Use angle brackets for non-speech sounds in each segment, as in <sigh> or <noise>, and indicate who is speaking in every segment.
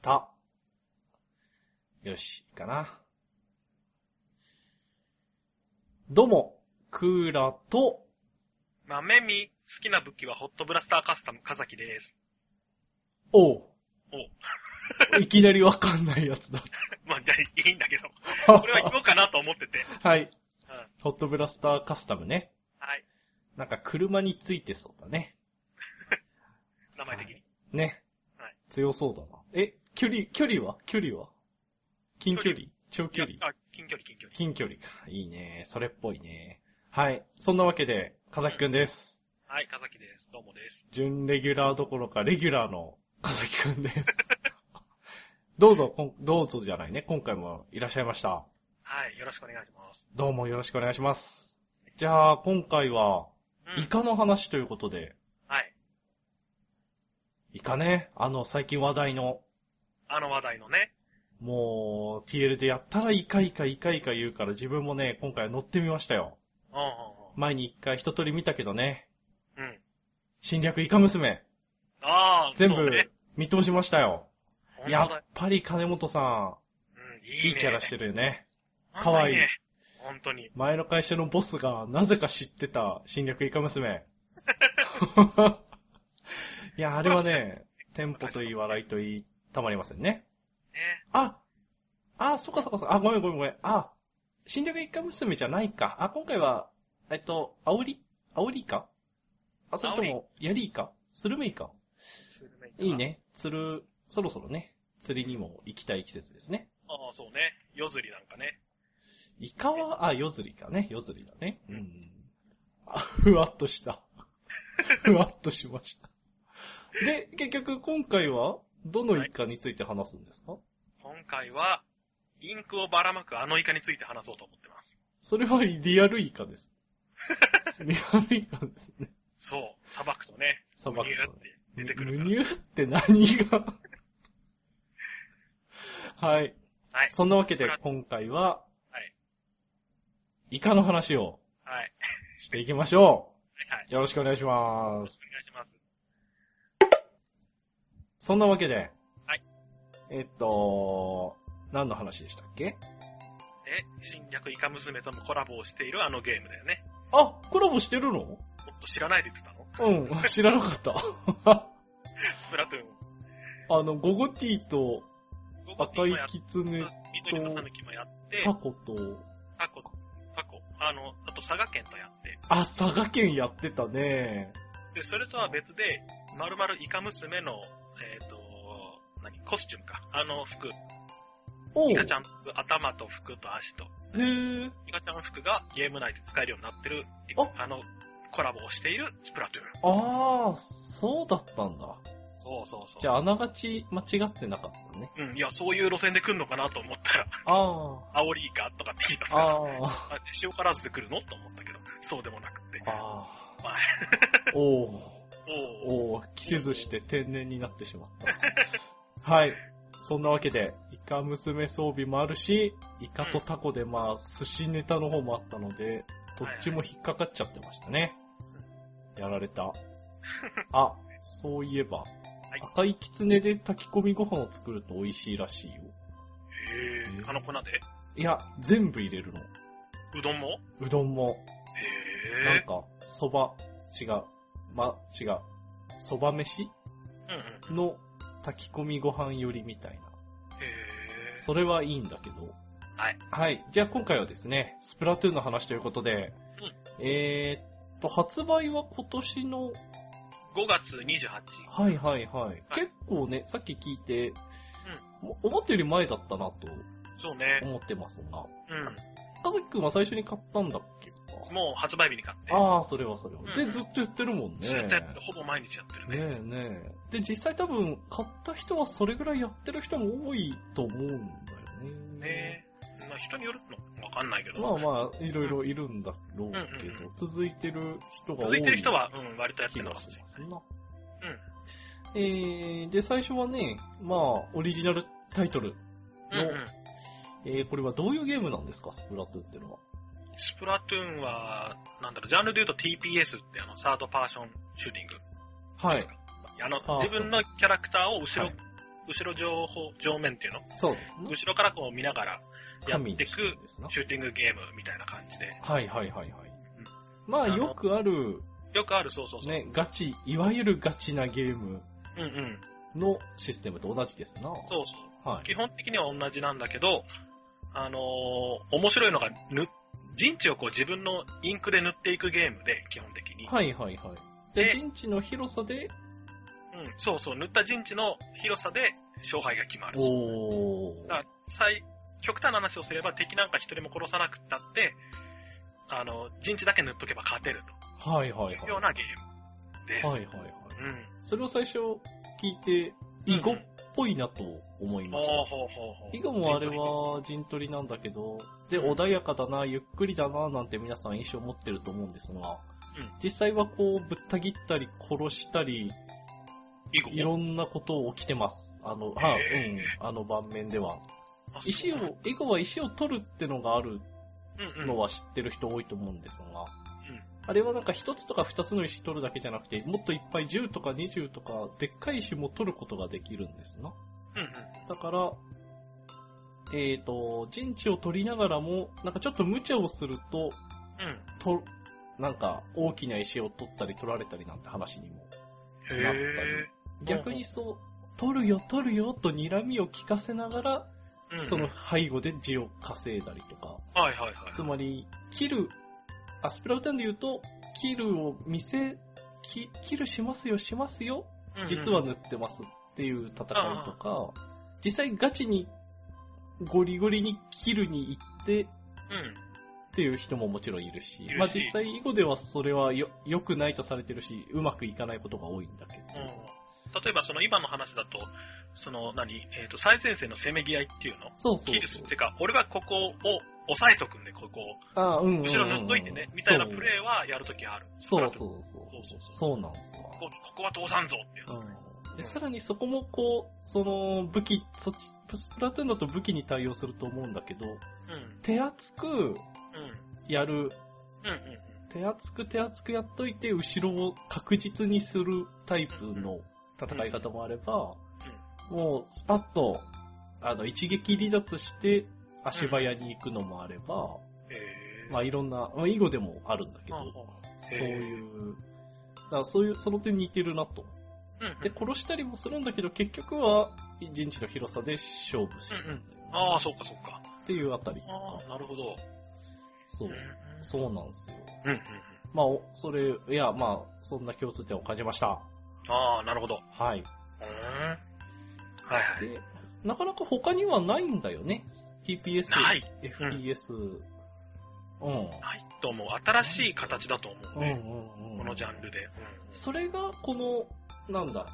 Speaker 1: た。よし、いいかな。どうも、クーラと、
Speaker 2: 豆み、好きな武器はホットブラスターカスタム、カザキです。 <laughs>
Speaker 1: おう。
Speaker 2: お
Speaker 1: いきなりわかんないやつだ。
Speaker 2: まあ、じゃあ、いいんだけど。これは言
Speaker 1: は
Speaker 2: おうかなと思ってて。
Speaker 1: <laughs> い。
Speaker 2: うん。
Speaker 1: ホットブラスターカスタムね。
Speaker 2: はい。
Speaker 1: なんか車についてそうだね。
Speaker 2: 名前的に。
Speaker 1: ね。
Speaker 2: はい
Speaker 1: 強そうだな。え、距離、距離は距離は近距離長距離
Speaker 2: いやあ、近距離、近距離。
Speaker 1: 近距離か。いいね。それっぽいね。はい。そんなわけで、かざきくんです。
Speaker 2: はい、カザキです。どうもです。
Speaker 1: 準レギュラーどころか、レギュラーのかざきくんです。 <laughs> どうぞ、こんどうぞじゃないね。今回もいらっしゃいました。
Speaker 2: はい、よろしくお願いします。
Speaker 1: どうもよろしくお願いします。じゃあ、今回は、
Speaker 2: う
Speaker 1: イカの話ということで、
Speaker 2: はい。
Speaker 1: イカね、あの、最近話題の、
Speaker 2: あの話題のね。
Speaker 1: もう、TL でやったらイカイカイカイカ言うから自分もね、今回乗ってみましたよ。
Speaker 2: うん、う
Speaker 1: 前に一回一通り見たけどね、
Speaker 2: ん、うん。うん。
Speaker 1: 侵略イカ娘、
Speaker 2: ああ、
Speaker 1: 全
Speaker 2: そう
Speaker 1: 部
Speaker 2: ね、
Speaker 1: 見通しましたよ。
Speaker 2: 本当
Speaker 1: やっ
Speaker 2: だ。
Speaker 1: ぱり金本さ
Speaker 2: うん、
Speaker 1: ん、
Speaker 2: い
Speaker 1: い
Speaker 2: い
Speaker 1: い
Speaker 2: ね。
Speaker 1: キャラしてるよね。
Speaker 2: 本当にね。
Speaker 1: かわいい
Speaker 2: 本当に。
Speaker 1: 前の会社のボスがなぜか知ってた侵略イカ娘。いや、あれはね、テンポといい笑いといい、たまりませんね。
Speaker 2: ね。
Speaker 1: あ、あ、そっかそっかそっか。あ、ごめんごめんごめん。あ、侵略一家娘じゃないか。あ、今回は、えっと、アオリ、アオリイカあ、それと
Speaker 2: ア
Speaker 1: も、ヤリイカスルメイカ
Speaker 2: スルメイカ
Speaker 1: いい。ね。釣る、そろそろね、釣りにも行きたい季節ですね。
Speaker 2: ああ、そうね。夜釣りなんかね。
Speaker 1: イカは、あ、夜釣りかね。夜釣りだね。うん。あ、ふわっとした。ふわっとしました。で、結局今回は、どのイカについて話すんですか、
Speaker 2: 今回は、インクをばらまくあのイカについて話そうと思ってます。
Speaker 1: それはリアルイカ
Speaker 2: <laughs>
Speaker 1: です。リアルイカですね。
Speaker 2: そう。砂漠とね、
Speaker 1: 砂漠
Speaker 2: ニューっ
Speaker 1: と。
Speaker 2: て出てくる
Speaker 1: む
Speaker 2: か
Speaker 1: にゅって何
Speaker 2: <laughs>
Speaker 1: がはい。
Speaker 2: ら。はい。
Speaker 1: そんなわけで今回は、
Speaker 2: はい
Speaker 1: イカの話を
Speaker 2: はい。
Speaker 1: していきましょ
Speaker 2: はい、はい。
Speaker 1: う。よろしくお願いします。
Speaker 2: お願いします。
Speaker 1: そんなわけで、
Speaker 2: はい。
Speaker 1: えっと、何の話でしたっけ
Speaker 2: え、侵略イカ娘ともコラボをしているあのゲームだよね。
Speaker 1: あ、コラボしてるの
Speaker 2: もっと知らないで言ってたの <laughs>
Speaker 1: うん、知らなか <laughs> った。
Speaker 2: スプラトゥーン。
Speaker 1: あの、ゴゴティーと赤いキツネ、
Speaker 2: 緑のタヌキもやって
Speaker 1: タ、コと、
Speaker 2: タコ、タコ、あの、あと佐賀県とやって。
Speaker 1: あ、佐賀県やってたね。
Speaker 2: で、それとは別で、まるまるイカ娘の、えっ、と、何コスチュームか。あの服。
Speaker 1: お
Speaker 2: イ
Speaker 1: う
Speaker 2: カちゃん、頭と服と足と。
Speaker 1: へえ。
Speaker 2: イカちゃんの服がゲーム内で使えるようになってる、あの、コラボをしているスプラトゥーン。
Speaker 1: ああ、そうだったんだ。
Speaker 2: そうそうそう。
Speaker 1: じゃあ、あながち間違ってなかったね。
Speaker 2: うん、いや、そういう路線で来るのかなと思ったら、 <laughs>
Speaker 1: あ
Speaker 2: アオリイカとかって言い出す
Speaker 1: あ、
Speaker 2: から。
Speaker 1: あ
Speaker 2: あ、塩辛酢で来るのと思ったけど、そうでもなくて。
Speaker 1: <laughs> あ、あ
Speaker 2: まあ
Speaker 1: あ。おう、
Speaker 2: おー
Speaker 1: おう、着せずして天然になってしまった。はい。そんなわけで、イカ娘装備もあるし、イカとタコでまあ、寿司ネタの方もあったので、どっちも引っかかっちゃってましたね。やられた。あ、そういえば、
Speaker 2: い
Speaker 1: 赤いキツネで炊き込みご飯を作ると美味しいらしいよ。
Speaker 2: へーあの粉で
Speaker 1: いや、全部入れるの。
Speaker 2: うどんも
Speaker 1: うどんも、な
Speaker 2: へ
Speaker 1: ん
Speaker 2: え。
Speaker 1: か、そば、違う、ま、違う、そば飯
Speaker 2: うんうん。
Speaker 1: の炊き込みご飯よりみたい
Speaker 2: へ
Speaker 1: な。
Speaker 2: ー
Speaker 1: それはいいんだけど。
Speaker 2: はい。
Speaker 1: はい。じゃあ今回はですね、スプラトゥーンの話ということで、えーっと、発売は今年の、
Speaker 2: 5月28日。
Speaker 1: はいはいはい。結構ね、さっき聞いて、も思ったより前だったなと
Speaker 2: そうね。
Speaker 1: 思ってますが、
Speaker 2: う
Speaker 1: かずきくんは最初に買ったんだっけか
Speaker 2: ん。もう発売日に買って。
Speaker 1: ああ、それはそれは。
Speaker 2: うんう
Speaker 1: で、
Speaker 2: ん
Speaker 1: ずっと言ってるもんね。
Speaker 2: ずっとやってほぼ毎日やって
Speaker 1: ね
Speaker 2: るね。
Speaker 1: えねえ。で、実際多分、買った人はそれぐらいやってる人も多いと思うんだよね。
Speaker 2: ねえ。まあ人によるのわかんないけど。
Speaker 1: まあまあ、いろいろいるんだろうけ
Speaker 2: うんうん
Speaker 1: ど、続いてる人が多い。
Speaker 2: 続いてる人は、うん、割とやって
Speaker 1: 気
Speaker 2: るの
Speaker 1: が
Speaker 2: かも
Speaker 1: し
Speaker 2: しれ
Speaker 1: ま
Speaker 2: ない。
Speaker 1: すな。えー、で、最初はね、まあ、オリジナルタイトル。
Speaker 2: うん
Speaker 1: の
Speaker 2: うん。
Speaker 1: えー、これはどういうゲームなんですか、スプラトゥーンってのは。
Speaker 2: スプラトゥーンは、なんだろう、ジャンルで言うと TPS ってあの、サードパーションシューティング。
Speaker 1: はい。
Speaker 2: あの
Speaker 1: あ、ー
Speaker 2: 自分のキャラクターを後ろ後ろ情報、上面っていうの
Speaker 1: そうですね。
Speaker 2: 後ろからこう見ながらやっ
Speaker 1: 神で
Speaker 2: てい
Speaker 1: す
Speaker 2: く
Speaker 1: な。
Speaker 2: シューティングゲームみたいな感じで。
Speaker 1: はいはいはいはい
Speaker 2: うん。
Speaker 1: まあ
Speaker 2: あの
Speaker 1: よくある、
Speaker 2: よくある、そうそうそう。
Speaker 1: ね、ガチ、いわゆるガチなゲーム
Speaker 2: うんうん。
Speaker 1: のシステムと同じですな。
Speaker 2: そうそう。
Speaker 1: はい。
Speaker 2: 基本的には同じなんだけど、あのー面白いのが、ぬ、陣地をこう自分のインクで塗っていくゲームで、基本的に。
Speaker 1: はいはいはい。じゃあ
Speaker 2: で
Speaker 1: 陣地の広さで、
Speaker 2: うん、そうそう、塗った陣地の広さで勝敗が決まる。
Speaker 1: おー
Speaker 2: だから最極端な話をすれば敵なんか一人も殺さなくったって、あの、陣地だけ塗っとけば勝てる
Speaker 1: はいは
Speaker 2: と
Speaker 1: い
Speaker 2: いう
Speaker 1: は
Speaker 2: よう
Speaker 1: い。
Speaker 2: なゲームです。
Speaker 1: はいはいはい。
Speaker 2: うん。
Speaker 1: それを最初聞いて、囲碁っぽいなと思い
Speaker 2: ほ
Speaker 1: ま
Speaker 2: う
Speaker 1: した。
Speaker 2: ほうほうほう。
Speaker 1: 囲碁もあれは陣取りなんだけど、で、穏やかだな、ゆっくりだな、なんて皆さん印象を持ってると思うんですが、
Speaker 2: うん
Speaker 1: 実際はこう、ぶった切ったり、殺したり、
Speaker 2: 囲碁、
Speaker 1: いろんなことを起きてます。あの、は
Speaker 2: へ
Speaker 1: うん、あの盤面では。
Speaker 2: あそう
Speaker 1: 石を、囲碁は石を取るってのがある
Speaker 2: うんうん、
Speaker 1: のは知ってる人多いと思うんですが、
Speaker 2: うん
Speaker 1: あれはなんか一つとか二つの石取るだけじゃなくて、もっといっぱい10とか20とか、でっかい石も取ることができるんですな。
Speaker 2: うんうん。
Speaker 1: だから、えっ、と、陣地を取りながらも、なんかちょっと無茶をすると、
Speaker 2: うん。
Speaker 1: と、なんか大きな石を取ったり取られたりなんて話にも。
Speaker 2: へ
Speaker 1: なったり逆にそう、取るよ取るよと睨みを聞かせながら、
Speaker 2: え、うん
Speaker 1: その背後で地を稼いだりとか、
Speaker 2: はいはいはい。
Speaker 1: つまり、切る、あ、スプラウトゥーンで言うと、キルを見せ、きキルしますよ、しますよ、
Speaker 2: うんうん
Speaker 1: 実は塗ってますっていう戦いとか、実際ガチにゴリゴリにキルに行って
Speaker 2: うん。
Speaker 1: っていう人ももちろんいるし
Speaker 2: いる、し
Speaker 1: まあ実際囲碁ではそれはよ良くないとされてるし、うまくいかないことが多いんだけど、
Speaker 2: うん例えばその今の話だと、その何、えっ、と、最前線のせめぎ合いっていうの
Speaker 1: そうそう
Speaker 2: キル
Speaker 1: そ
Speaker 2: ス
Speaker 1: う
Speaker 2: って。いうか、俺はここを押さえとくんで、ここを。
Speaker 1: あうんうんうん
Speaker 2: 後ろ塗っといてね、みたいなプレーはやるときある。
Speaker 1: そうそうそう
Speaker 2: そうそうそう
Speaker 1: そうなんですわ。
Speaker 2: ここここは通さんぞっていう。
Speaker 1: うん
Speaker 2: うん
Speaker 1: で、さらにそこもこう、その武器、そっち、スプラトゥーンだと武器に対応すると思うんだけど、
Speaker 2: うん。
Speaker 1: 手厚く
Speaker 2: うん。
Speaker 1: やる、
Speaker 2: うん。うん。
Speaker 1: 手厚く手厚くやっといて、後ろを確実にするタイプの戦い方もあれば、もうスパッと、あの、一撃離脱して、足早に行くのもあれば、
Speaker 2: えー。
Speaker 1: まあいろんな、まあ囲碁でもあるんだけ
Speaker 2: あ
Speaker 1: ど
Speaker 2: あ、
Speaker 1: そういう、だからそういう、その点似てるなと。
Speaker 2: うんうん
Speaker 1: で、殺したりもするんだけど、結局は、陣地の広さで勝負するんだよね、
Speaker 2: ああ、そうかそうか。
Speaker 1: っていうあたりと
Speaker 2: あ
Speaker 1: か
Speaker 2: あ、なるほど。
Speaker 1: そう
Speaker 2: うん。
Speaker 1: そうなんですよ。
Speaker 2: うんうんうん。
Speaker 1: まあ、おそれ、いや、まあ、そんな共通点を感じました。
Speaker 2: ああ、なるほど。
Speaker 1: はい。
Speaker 2: うん。はいはい。
Speaker 1: で、なかなか他にはないんだよね。TPS、
Speaker 2: ない
Speaker 1: FPS、うん。うん
Speaker 2: ないと思う。新しい形だと思う
Speaker 1: うん
Speaker 2: ね。
Speaker 1: うんうん。
Speaker 2: このジャンルで。
Speaker 1: それが、この、なんだ、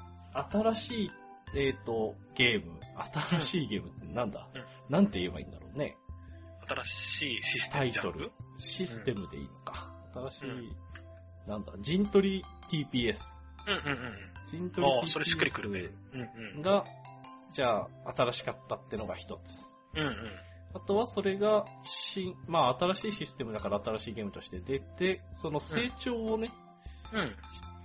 Speaker 1: 新しい、えっ、と、ゲーム。新しいゲームってなんだ、
Speaker 2: うん
Speaker 1: なんて言えばいいんだろうね。
Speaker 2: 新しいシステ
Speaker 1: タ
Speaker 2: ム
Speaker 1: イ
Speaker 2: ジャ
Speaker 1: ト
Speaker 2: ンル
Speaker 1: ル。システムでいいのか。新しい、
Speaker 2: うん
Speaker 1: なんだ、陣取り TPS。
Speaker 2: うんうんうん。
Speaker 1: 陣取り TPS
Speaker 2: ああ、それしっくりくるね。うんうん。
Speaker 1: が、じゃあ、新しかったってのが一つ。
Speaker 2: うんうん。
Speaker 1: あとはそれが、新、まあ新しいシステムだから新しいゲームとして出て、その成長をね、
Speaker 2: うん。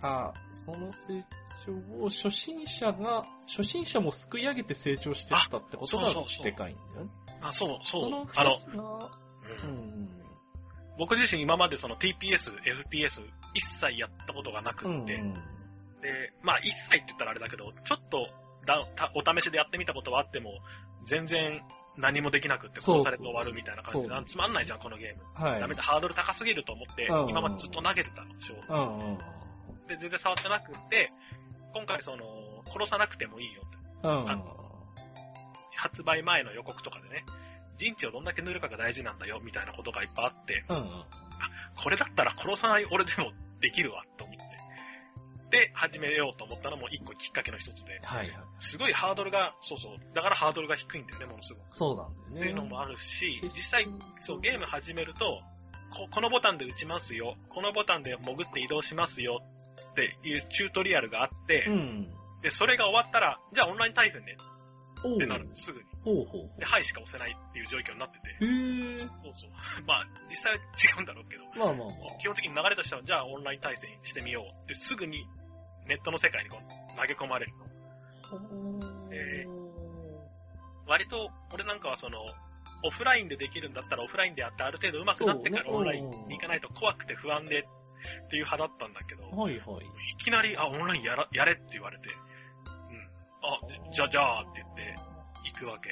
Speaker 1: あその成長を初心者が、初心者もすくい上げて成長してったってことが
Speaker 2: あそうそうそう
Speaker 1: でかいんだよね。
Speaker 2: あ、そう、そう。
Speaker 1: の
Speaker 2: あの
Speaker 1: 二、つが、う
Speaker 2: うん
Speaker 1: うんん
Speaker 2: 僕自身今までその TPS、FPS 一切やったことがなく
Speaker 1: うん。うん
Speaker 2: って、
Speaker 1: うん。
Speaker 2: で、まあ一切って言ったらあれだけど、ちょっとだたお試しでやってみたことはあっても、全然何もできなくって
Speaker 1: そうそう
Speaker 2: 殺されて終わるみたいな感じで、
Speaker 1: そう
Speaker 2: あつまんないじゃん、このゲーム。
Speaker 1: はい。
Speaker 2: ダメだ、ハードル高すぎると思って
Speaker 1: うん、
Speaker 2: 今までずっと投げてたの、正直
Speaker 1: うんうんうん。
Speaker 2: で、全然触ってなくって、今回その、殺さなくてもいいよって。
Speaker 1: うん
Speaker 2: あ発売前の予告とかでね、陣地をどんだけ塗るかが大事なんだよ、みたいなことがいっぱいあって、
Speaker 1: うん。
Speaker 2: これだったら殺さない俺でもできるわ、と思って。で、始めようと思ったのも一個きっかけの一つで、
Speaker 1: はい。
Speaker 2: すごいハードルが、そうそう、だからハードルが低いんだよね、ものすごく。
Speaker 1: そうなんだよね。
Speaker 2: っていうのもあるし、実際、そう、ゲーム
Speaker 1: 入
Speaker 2: 始めると、ここのボタンで撃ちますよ、このボタンで潜って移動しますよっていうチュートリアルがあって、
Speaker 1: うん。
Speaker 2: で、それが終わったら、じゃあオンライン対戦ねっ
Speaker 1: おう
Speaker 2: てなる、すぐに。
Speaker 1: ほうほうほ
Speaker 2: で、はいしか押せないっていう状況になってて、
Speaker 1: う。へえ。
Speaker 2: そう <laughs> そう。まあ、実際は違うんだろうけど、
Speaker 1: まあまあま
Speaker 2: 基本的に流れとしては、じゃあオンライン対戦してみようって、すぐにネットの世界にこう投げ込まれるの。
Speaker 1: あ。
Speaker 2: え割と、俺なんかはその、オフラインでできるんだったらオフラインでやってある程度上手くなってから
Speaker 1: そうね
Speaker 2: オンラインに行かないと怖くて不安でっていう派だったんだけど、
Speaker 1: はいはい。
Speaker 2: いきなり、あ、オンラインやらやれって言われて、うん、あ、じゃあじゃあって言って行くわけ。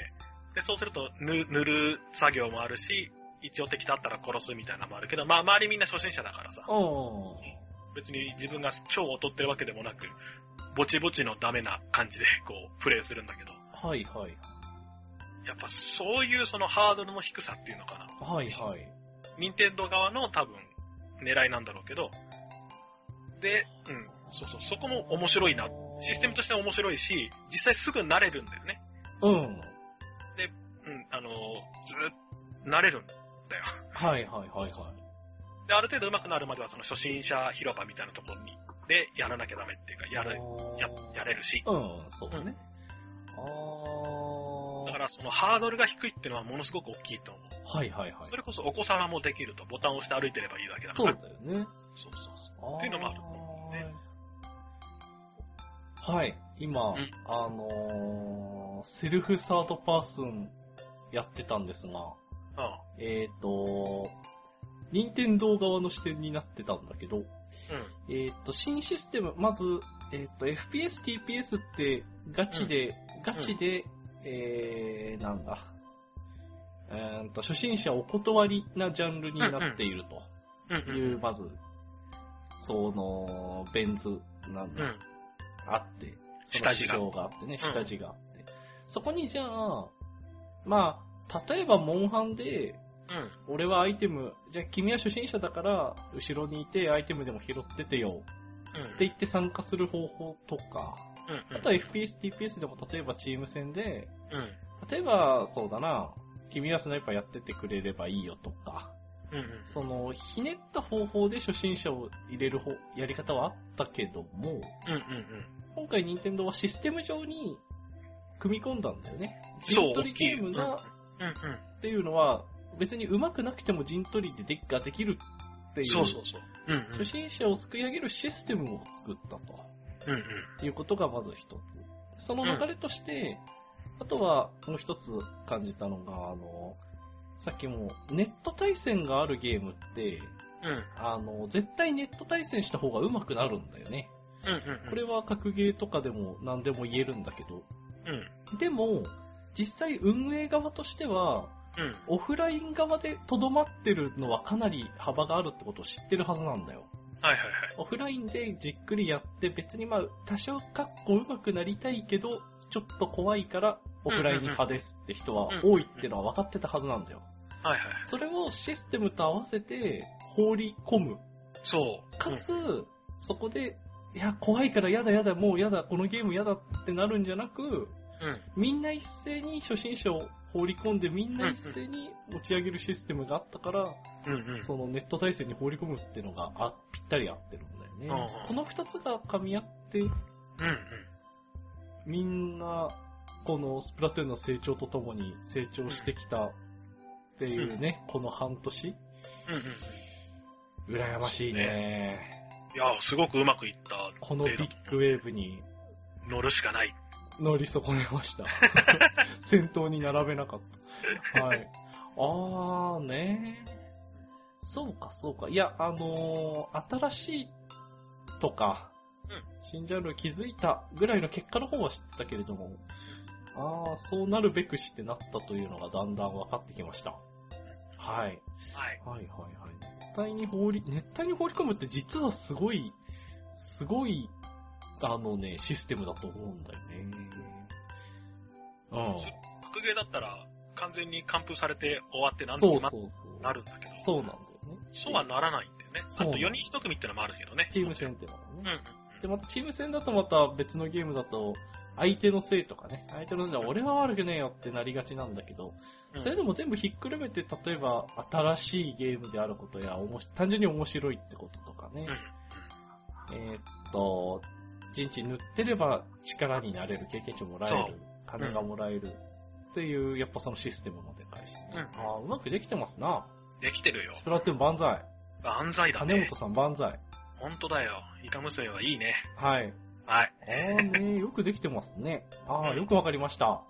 Speaker 2: で、そうすると塗塗る作業もあるし、一応敵だったら殺すみたいなのもあるけど、まあ周りみんな初心者だからさ、
Speaker 1: うん。
Speaker 2: 別に自分が超劣ってるわけでもなく、ぼちぼちのダメな感じでこうプレイするんだけど、
Speaker 1: はいはい。
Speaker 2: やっぱそういうそのハードルの低さっていうのかな。
Speaker 1: はいはい。
Speaker 2: 任天堂側の多分狙いなんだろうけど、で、うん、そうそう、そこも面白いな。システムとしては面白いし、実際すぐ慣れるんだよね。
Speaker 1: うん。
Speaker 2: うん、あのーずっ慣れるんだよ。
Speaker 1: はいはいはいは
Speaker 2: で、ある程度上手くなるまではその初心者広場みたいなところに、で、やらなきゃダメっていうか、や
Speaker 1: い
Speaker 2: る、。や、やれ
Speaker 1: る。
Speaker 2: るし。
Speaker 1: うん、そうだね。あ
Speaker 2: だ
Speaker 1: ー。
Speaker 2: からそのハードルが低いっていうのはものすごく大きいと思う。
Speaker 1: はいはいはい
Speaker 2: そ。れこそお子様もできると、ボタンを押して歩いてればいいだけだか
Speaker 1: そう
Speaker 2: ら。
Speaker 1: だよね。
Speaker 2: そうそうそ
Speaker 1: あ
Speaker 2: う。
Speaker 1: ー
Speaker 2: っていうのもあるとね
Speaker 1: はい、今、
Speaker 2: うん
Speaker 1: あのーセルフサードパーソンやってたんですが、
Speaker 2: あ
Speaker 1: えっ、ー、と、任天堂側の視点になってたんだけど、
Speaker 2: あ
Speaker 1: えっ、と、新システム、まず、えっ、と、FPS、TPS ってガチで、ガチで、えー、なんだ、うーんと、初心者お断りなジャンルになっていると。
Speaker 2: うん。うん、うん。
Speaker 1: いう、まず、その、ベン図なん
Speaker 2: う
Speaker 1: だ、
Speaker 2: ん。
Speaker 1: あって、その
Speaker 2: 下
Speaker 1: 市
Speaker 2: 地が
Speaker 1: 場があってね、
Speaker 2: うん
Speaker 1: 下地があって。そこにじゃあ、まあ、例えばモンハンで、
Speaker 2: うん。
Speaker 1: 俺はアイテム、じゃあ君は初心者だから、後ろにいてアイテムでも拾っててよ
Speaker 2: うん。
Speaker 1: って言って参加する方法とか、
Speaker 2: うん、
Speaker 1: あとは FPS、TPS でも例えばチーム戦で、
Speaker 2: うん。
Speaker 1: 例えばそうだな、君はスナイパーやっててくれればいいよとか、
Speaker 2: うんうん。
Speaker 1: その、ひねった方法で初心者を入れる方、やり方はあったけども、
Speaker 2: うんうん
Speaker 1: 今回任天堂はシステム上に組み込んだんだよね。
Speaker 2: そう
Speaker 1: 陣取りゲームが
Speaker 2: うん。うんうん。
Speaker 1: っていうのは、別に上手くなくても陣取りでデッカできるっていう、
Speaker 2: そうそうそう。うんうん。
Speaker 1: 初心者をすくい上げるシステムを作ったと
Speaker 2: うんうん。
Speaker 1: いうことがまず一つ。その流れとして、あとはもう一つ感じたのが、あの、さっきもネット対戦があるゲームって、
Speaker 2: うん。
Speaker 1: あの、絶対ネット対戦した方が上手くなるんだよね。
Speaker 2: うんうん。
Speaker 1: これは格ゲーとかでも何でも言えるんだけど。
Speaker 2: うん。
Speaker 1: でも、実際運営側としては、
Speaker 2: うん。
Speaker 1: オフライン側でとどまってるのはかなり幅があるってことを知ってるはずなんだよ。
Speaker 2: はいはいはい。
Speaker 1: オフラインでじっくりやって別にまあ多少かっこ上手くなりたいけど、ちょっと怖いからオフライン派ですって人は多いってのは分かってたはずなんだよ。
Speaker 2: はいはい。
Speaker 1: それをシステムと合わせて放り込む
Speaker 2: そう。
Speaker 1: かつ、そこで、いや、怖いからやだやだ、もうやだ、このゲームやだってなるんじゃなく、
Speaker 2: うん。
Speaker 1: みんな一斉に初心者を放り込んで、みんな一斉に持ち上げるシステムがあったから、
Speaker 2: うんうん。
Speaker 1: そのネット対戦に放り込むっていうのがあぴったり合ってるんだよね
Speaker 2: うんうん。
Speaker 1: この二つが噛み合って、
Speaker 2: うんうん。
Speaker 1: みんな、このスプラトゥーンの成長とともに成長してきたっていうね、この半年、
Speaker 2: うんうん。
Speaker 1: 羨ましいね。
Speaker 2: いやー、すごくうまくいった。
Speaker 1: このビッグウェーブに
Speaker 2: 乗るしかない。
Speaker 1: 乗り損ねま
Speaker 2: <laughs>
Speaker 1: した。先頭に並べなかった。はい。あーねそうか、そうか。いや、あのー新しいとか、
Speaker 2: うん
Speaker 1: 新ジャンル気づいたぐらいの結果の方は知ってたけれども、あー、そうなるべくしてなったというのがだんだん分かってきました。はい。
Speaker 2: はい。
Speaker 1: はいはいはい。熱帯に放り、熱帯に放り込むって実はすごい、すごい、あのね、システムだと思うんだよね。う
Speaker 2: 格ゲーだったら、完全に完封されて終わって何
Speaker 1: ん。
Speaker 2: 日
Speaker 1: そう
Speaker 2: も
Speaker 1: そう
Speaker 2: 待っ
Speaker 1: そう。
Speaker 2: てなるんだけど、
Speaker 1: そうなんだよね。
Speaker 2: そうはならないんだよね。あ
Speaker 1: そう
Speaker 2: と4人1組ってのもあるけどね。
Speaker 1: チーム戦ってのは
Speaker 2: うん
Speaker 1: ね。
Speaker 2: うん。
Speaker 1: で、またチーム戦だとまた別のゲームだと、相手のせいとかね、相手のせいで俺は悪くねえよってなりがちなんだけど、
Speaker 2: うん
Speaker 1: それでも全部ひっくるめて、例えば新しいゲームであることや、おもし単純に面白いってこととかね、
Speaker 2: うん。
Speaker 1: えーっと、陣地塗ってれば力になれる、経験値もらえ
Speaker 2: そ
Speaker 1: る、金がもらえる、っていう、やっぱそのシステムのでかいしね。
Speaker 2: うん
Speaker 1: ああ、うまくできてますな。
Speaker 2: できてるよ
Speaker 1: ス。プラトゥーン万歳。
Speaker 2: 万歳だ
Speaker 1: 金
Speaker 2: ね
Speaker 1: 本。さん万歳。
Speaker 2: 本当だよ。イカ娘はいいね。
Speaker 1: はい。
Speaker 2: はい。
Speaker 1: ああね、よくできてますね。ああ、よくわかりました。
Speaker 2: は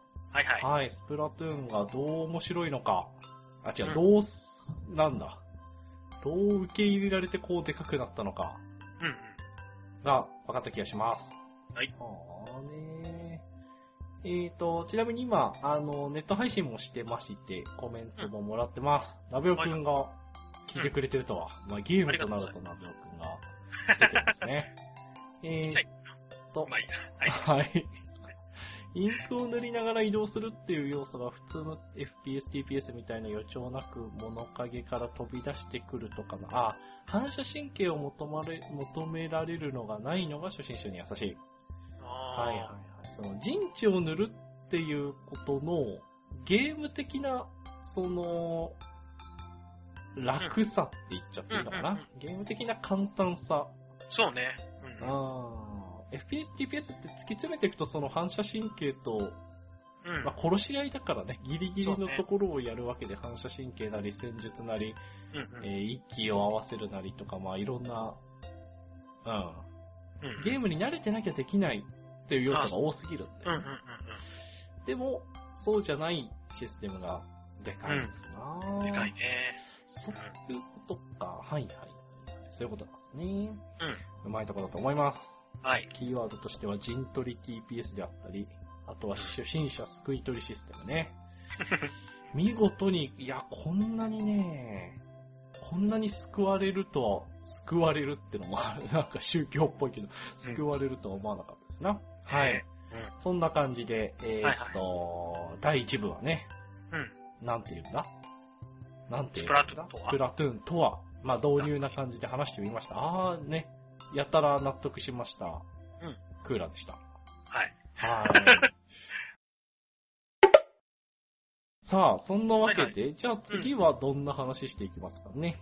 Speaker 2: いはい。
Speaker 1: はい、スプラトゥーンがどう面白いのか。あ、違う、
Speaker 2: うん
Speaker 1: どうす、なんだ。どう受け入れられてこうでかくなったのか
Speaker 2: うんうん。
Speaker 1: が分かった気がします。
Speaker 2: はい。
Speaker 1: あーねーえっ、と、ちなみに今、あの、ネット配信もしてまして、コメントももらってます。なべおくんが聞いてくれてるとは。まあ、ゲームとなるとなべおくんが出てます <laughs> ね。え
Speaker 2: ちっちゃい
Speaker 1: ーと、
Speaker 2: まあいいな。はい。
Speaker 1: はい。 <laughs> インクを塗りながら移動するっていう要素が普通の FPS、TPS みたいな予兆なく物陰から飛び出してくるとかな。あ、反射神経を求まれ求められるのがないのが初心者に優しい。
Speaker 2: あー
Speaker 1: はいはいはい。その陣地を塗るっていうことのゲーム的な、その、楽さって言っちゃっていいのか
Speaker 2: うんうん
Speaker 1: な、ゲーム的な簡単さ
Speaker 2: そうね。うんうん。
Speaker 1: あー FPS、TPS って突き詰めていくとその反射神経と、
Speaker 2: うん
Speaker 1: まあ、殺し合いだからね、ギリギリ
Speaker 2: そう
Speaker 1: の
Speaker 2: ね
Speaker 1: ところをやるわけで、反射神経なり戦術なり、
Speaker 2: うん
Speaker 1: えー息を合わせるなりとか、まあいろんな、う
Speaker 2: うんうん
Speaker 1: ん、ゲームに慣れてなきゃできないっていう要素が多すぎるんで
Speaker 2: うんうんうんうん。
Speaker 1: でも、そうじゃないシステムがでかいですな、
Speaker 2: でかい。ね。
Speaker 1: そういうことか。はいはい。そういうことなんですね。
Speaker 2: う
Speaker 1: う
Speaker 2: ん。
Speaker 1: まいところだと思います。
Speaker 2: はい。
Speaker 1: キーワードとしては陣取り TPS であったり、あとは初心者救い取りシステムね。見事に、いや、こんなにね、こんなに救われるとは、救われるってのもある。 <laughs> なんか宗教っぽいけど、救われるとは思わなかったですな。
Speaker 2: <laughs>
Speaker 1: はい。。そんな感じで、えーっと、第1部はね、
Speaker 2: うん。うん。
Speaker 1: なんて言うんだなんて言うん
Speaker 2: スプラ
Speaker 1: だ
Speaker 2: トゥ
Speaker 1: スプラトゥー
Speaker 2: ーンとは
Speaker 1: ンとは、まあ導入な感じで話してみました。あーね、やたら納得しました。
Speaker 2: うん
Speaker 1: クーラーでした。
Speaker 2: はい。
Speaker 1: はい。さあ、そんなわけで、じゃあ次はどんな話していきますかね。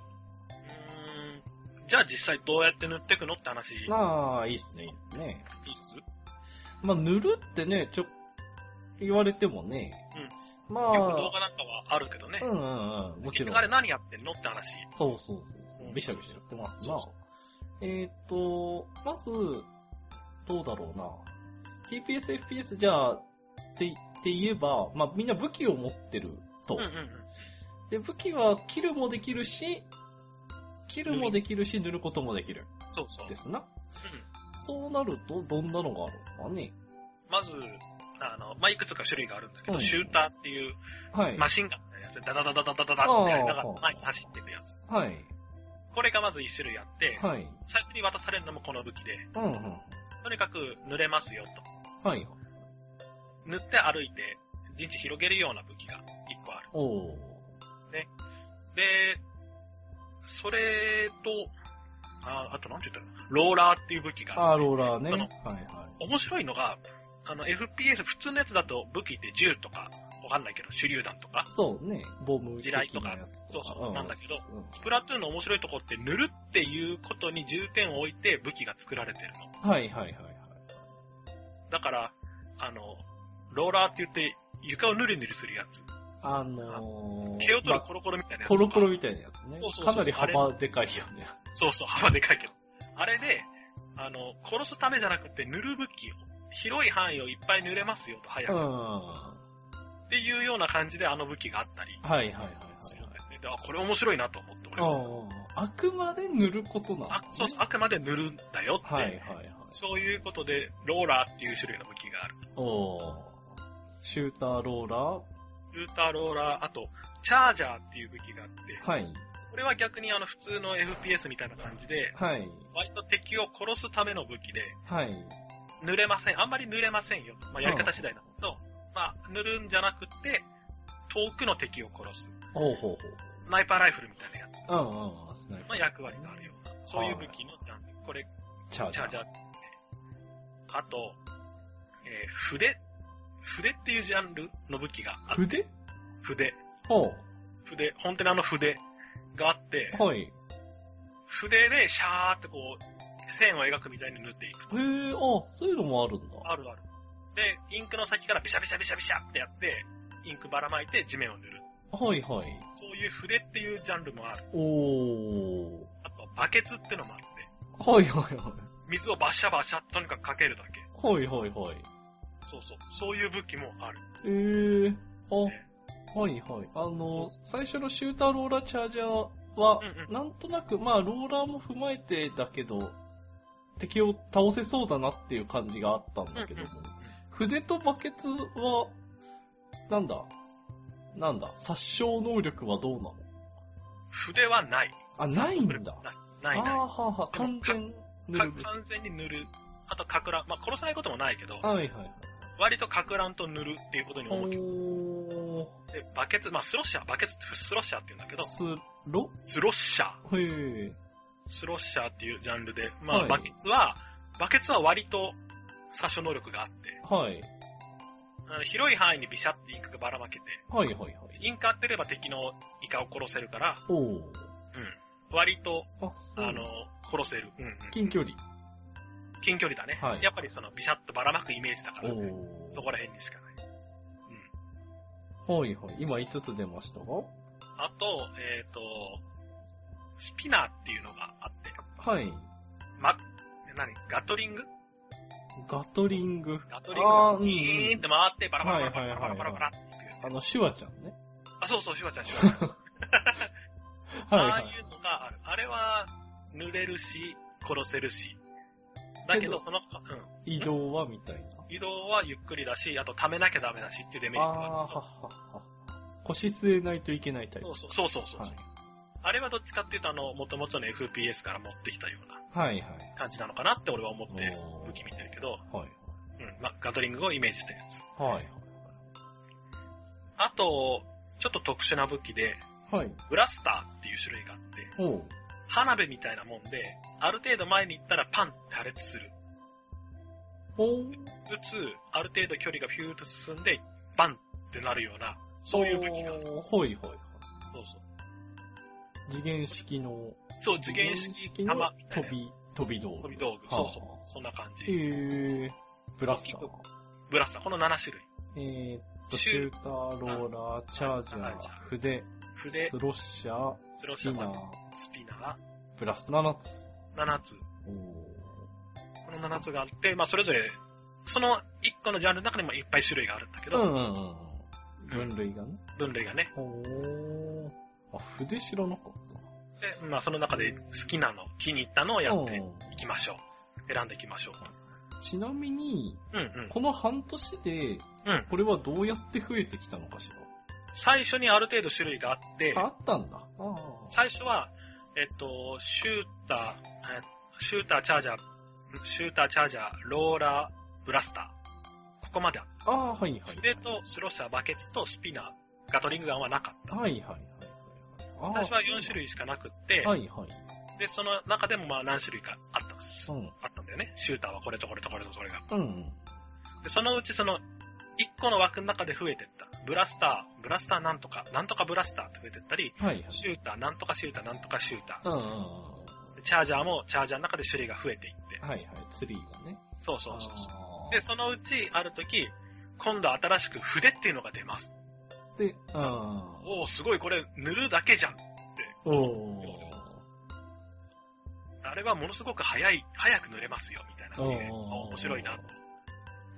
Speaker 2: うーん。じゃあ実際どうやって塗ってくのって話。いいで
Speaker 1: まあ、いいっすね、いいっすね。
Speaker 2: す
Speaker 1: まあ、塗るってね、ちょ、言われてもね。ま
Speaker 2: よく動
Speaker 1: あ、
Speaker 2: 画なんかはあるけどね
Speaker 1: う。んうんうん、もちろ
Speaker 2: 結
Speaker 1: ん
Speaker 2: 局あ。れ何やってんのって話。
Speaker 1: そうそうそうそう。びしゃびしゃやってますな。えーっ、と、まず、どうだろうな。TPS、FPS じゃあ、ってって言えば、まあみんな武器を持ってると。
Speaker 2: うんうんうん。
Speaker 1: で、武器はキルもできるし、キルもできるし、塗ることもできる。
Speaker 2: そうそう。
Speaker 1: ですな。
Speaker 2: うん
Speaker 1: そうなると、どんなのがあるんですかね。
Speaker 2: まず、あの、まあ、いくつか種類があるんだけ
Speaker 1: う
Speaker 2: ど、
Speaker 1: ん
Speaker 2: シューターっていう、
Speaker 1: はい。
Speaker 2: マシンガンみたいなやつで、ダダダダダダダダってやりながら前に走っていくやつ。
Speaker 1: はい。
Speaker 2: これがまず一種類あって、
Speaker 1: はい。
Speaker 2: 最初に渡されるのもこの武器で、
Speaker 1: うんうん。
Speaker 2: とにかく濡れますよと。
Speaker 1: はい。
Speaker 2: 塗って歩いて、陣地広げるような武器が一個ある。
Speaker 1: おお。
Speaker 2: で、それと、あ、あとなんて言ったらいいのローラーっていう武器が
Speaker 1: あ
Speaker 2: あ
Speaker 1: ー、
Speaker 2: る。
Speaker 1: ローラーね。
Speaker 2: そ
Speaker 1: はい
Speaker 2: の
Speaker 1: は
Speaker 2: 面白いのが、あの、FPS、普通のやつだと武器って銃とか、わかんないけど、手榴弾とか
Speaker 1: い。、そうね。ボム的なやつとか。
Speaker 2: とかなんだけど
Speaker 1: うん
Speaker 2: スプラトゥーンの面白いとこって塗るっていうことに重点を置いて武器が作られてるの。
Speaker 1: はいはいはいはい。
Speaker 2: だから、あの、ローラーって言って床をぬるぬるするやつ。
Speaker 1: あのー、
Speaker 2: 毛を取
Speaker 1: まあ
Speaker 2: るコロコロみたいなやつ
Speaker 1: コ
Speaker 2: とか。
Speaker 1: ロコロみたいなやつね
Speaker 2: そうそうそう。
Speaker 1: かなり幅でかいよね。
Speaker 2: そうそう、幅でかいけど。あれで、あの、殺すためじゃなくて塗る武器を、広い範囲をいっぱい塗れますよと、早
Speaker 1: う
Speaker 2: く。
Speaker 1: ん。
Speaker 2: っ
Speaker 1: は
Speaker 2: ていうような感じであの武器があったり
Speaker 1: いはいはいはい
Speaker 2: するんだよね。であ、これ面白いなと思って、俺
Speaker 1: はい。
Speaker 2: は。
Speaker 1: うんあくまで塗ることなん
Speaker 2: あ
Speaker 1: だ、
Speaker 2: そうそう、あくまで塗るんだよって。
Speaker 1: はいはいはい。
Speaker 2: そういうことで、ローラーっていう種類の武器がある。
Speaker 1: おーシューターローラ
Speaker 2: ルーターローラー、あと、チャージャーっていう武器があって、
Speaker 1: ーはい。
Speaker 2: これは逆にあの普通の FPS みたいな感じで、
Speaker 1: はい。
Speaker 2: 割と敵を殺すための武器で、
Speaker 1: はい。
Speaker 2: 濡れません。あんまり濡れませんよ。まあ、やり方次第なんだけど、まあ、塗るんじゃなくて、遠くの敵を殺す。
Speaker 1: おうほうほう。
Speaker 2: スナイパーライフルみたいなやつ。
Speaker 1: うんうんうん。スナイパ
Speaker 2: まあ、
Speaker 1: ー。
Speaker 2: 役割があるような。そういう武器のジャンル。これ、
Speaker 1: チャージ
Speaker 2: チ
Speaker 1: ャ
Speaker 2: ャ
Speaker 1: ー
Speaker 2: ージ。ャーですね。あと、えー筆。筆っていうジャンルの武器がある。
Speaker 1: 筆
Speaker 2: 筆。
Speaker 1: ほ
Speaker 2: 筆。本当にあの筆があって、
Speaker 1: う。はい。へ
Speaker 2: 筆でシャーってこう、線を描くみたいに塗っていく。
Speaker 1: え、あ、そういうのもあるんだ。
Speaker 2: あるある。で、インクの先からビシャビシャビシャビシャってやって、インクばらまいて地面を塗る。
Speaker 1: はいはい。
Speaker 2: そういう筆っていうジャンルもある。
Speaker 1: おー。
Speaker 2: あと、バケツってのもあって、
Speaker 1: はいはいはい。
Speaker 2: 水をバシャバシャとにかくかけるだけ。
Speaker 1: はいはいはい。
Speaker 2: そうそう。そういう武器もある。
Speaker 1: えー、あ、はいはい。あの、最初のシューターローラーチャージャーは
Speaker 2: う、んう
Speaker 1: <laughs>
Speaker 2: ん。
Speaker 1: なんとなく、まあ、ローラーも踏まえてだけど、敵を倒せそうだなっていう感じがあったんだけども、筆とバケツは、なんだなんだ殺傷能力はどうなの
Speaker 2: 筆はない。
Speaker 1: あ、ないんだ。
Speaker 2: ないない
Speaker 1: あー
Speaker 2: な
Speaker 1: はあはあ、
Speaker 2: で
Speaker 1: 完
Speaker 2: も
Speaker 1: 全
Speaker 2: い。
Speaker 1: ぬ
Speaker 2: か
Speaker 1: るぶ
Speaker 2: 完全に塗る。あと、かく乱。まあ、殺さないこともないけど、
Speaker 1: はいはい。
Speaker 2: 割とかく乱と塗るっていうことに重き
Speaker 1: お
Speaker 2: を
Speaker 1: ー、
Speaker 2: 置いて、バケツ、まあ、スロッシャー、バケツってスロッシャーって言うんだけど、
Speaker 1: スロ
Speaker 2: スロッシャー。
Speaker 1: へえ。
Speaker 2: スロッシャーっていうジャンルで、まあ、
Speaker 1: はい
Speaker 2: バケツは、バケツは割と殺傷能力があって、
Speaker 1: はい。
Speaker 2: あの広い範囲にビシャってインクがばらまけて、
Speaker 1: はいはいはい。
Speaker 2: インク当てれば敵のイカを殺せるから、
Speaker 1: おー。
Speaker 2: うん、割と、
Speaker 1: あ、そう
Speaker 2: あの、殺せる。うんうん
Speaker 1: 近距離。
Speaker 2: 近距離だね、
Speaker 1: はい
Speaker 2: やっぱりそのビシャッとばらまくイメージだから、
Speaker 1: お
Speaker 2: そこら辺にしかない。うん、
Speaker 1: ー。はいはい。今5つ出ましたが
Speaker 2: あと、えっ、と、スピナーっていうのがあって、
Speaker 1: はい。
Speaker 2: ま、何ガトリング
Speaker 1: ガトリング。
Speaker 2: ガトリングが
Speaker 1: あーうんうん
Speaker 2: ギーンって回ってバラバラバラバラバラバラバラっていく。
Speaker 1: あの、シュワちゃんね。
Speaker 2: あ、そうそう、シュワちゃん、シュワちゃん。
Speaker 1: はいは
Speaker 2: ああ
Speaker 1: い。
Speaker 2: いうのがある。あれは、濡れるし、殺せるし。だけ
Speaker 1: け
Speaker 2: ど、
Speaker 1: ど
Speaker 2: その、うん。
Speaker 1: 移動はみたい
Speaker 2: 移動はゆっくりだし、あと溜めなきゃダメだしっていうデメ
Speaker 1: な。
Speaker 2: リ
Speaker 1: ああ
Speaker 2: ット
Speaker 1: ー、はっ
Speaker 2: がある
Speaker 1: はっは。腰据えないといけないタイプ
Speaker 2: そ。うそうそうそうそう、
Speaker 1: はい。
Speaker 2: あれはどっちかっていうと、あの、元々の FPS から持ってきたような
Speaker 1: はい
Speaker 2: 感じなのかなって俺は思っ
Speaker 1: はい
Speaker 2: て。武器見てるけど、
Speaker 1: おーはい。
Speaker 2: うん、まあ、ガトリングをイメージしたやつ。
Speaker 1: はい
Speaker 2: あと、ちょっと特殊な武器で、
Speaker 1: はい。はい。
Speaker 2: ブラスターっていう種類があって、
Speaker 1: おー
Speaker 2: 花火みたいなもんで、ある程度前に行ったらパンって破裂する。
Speaker 1: おー
Speaker 2: 打つ、ある程度距離がピューッと進んで、バンってなるような、そういう武器がある。
Speaker 1: おーはいはいはい。
Speaker 2: そうそう。
Speaker 1: 次元式の、
Speaker 2: そう、次元式
Speaker 1: の
Speaker 2: 弾みたいな
Speaker 1: 飛。び、飛び道具。
Speaker 2: 飛び道具。そうそう。そんな感
Speaker 1: へ
Speaker 2: じ。
Speaker 1: えー、ブラスター
Speaker 2: 大。きブラスター、この7種類。
Speaker 1: えーっと、シューター、ローラー、チャージャー、筆、
Speaker 2: 筆、ス
Speaker 1: スロッシャー、
Speaker 2: ロッ
Speaker 1: ス
Speaker 2: シャ
Speaker 1: ピ
Speaker 2: ー
Speaker 1: ナ
Speaker 2: バン
Speaker 1: ー、
Speaker 2: スピナ
Speaker 1: ブラスト7つ。
Speaker 2: ー、7つ。
Speaker 1: おー
Speaker 2: この7つがあって、まあそれぞれ、その1個のジャンルの中にもいっぱい種類があるんだけ
Speaker 1: う
Speaker 2: ど、
Speaker 1: んうんうん。分類がね。
Speaker 2: 分類がね。
Speaker 1: おー。あ、筆知らなかっ
Speaker 2: で、まあその中で好きなの、気に入ったのを
Speaker 1: た。
Speaker 2: やって
Speaker 1: うん
Speaker 2: いきましょう。選んでいきましょう。
Speaker 1: ちなみに、
Speaker 2: うんうん。
Speaker 1: この半年で、
Speaker 2: うん。
Speaker 1: これはどうやって増えてきたのかし
Speaker 2: 最初にある程度種類があって、
Speaker 1: ら。ああったんだ。あー
Speaker 2: 最初は、えっと、シューター、えシューター、チャージャー、シューター、チャージャー、ローラー、ブラスター。ここまであった。
Speaker 1: あー、はいはい。
Speaker 2: 筆とスロッシャー、バケツとスピナー、ガトリングガンはなかった。
Speaker 1: はいはいはいはい。
Speaker 2: 最初は4種類しかなくって、
Speaker 1: 類はいはい。
Speaker 2: で、その中でもまあ何種類かあったんです。
Speaker 1: うん。
Speaker 2: あったんだよね。シューターはこれとこれとこれとこれが。
Speaker 1: うん。
Speaker 2: で、そのうちその、1個の枠の中で増えてった。ブラスター、ブラスターなんとか、なんとかブラスターって増えてったり、
Speaker 1: はいはい。
Speaker 2: シューター、なんとかシューター、なんとかシューター。
Speaker 1: うんうんうん。
Speaker 2: チャージャーもチャージャーの中で種類が増えていって。
Speaker 1: はいはい。ツリーがね。
Speaker 2: そうそうそうそう。
Speaker 1: あー
Speaker 2: で、そのうちある時、今度新しく筆っていうのが出ます。
Speaker 1: で、あ
Speaker 2: おお、すごい、これ塗るだけじゃん。
Speaker 1: ーお
Speaker 2: あれはものすごく早い、早く塗れますよ、みたいな感じで。
Speaker 1: おー
Speaker 2: あ面白いな。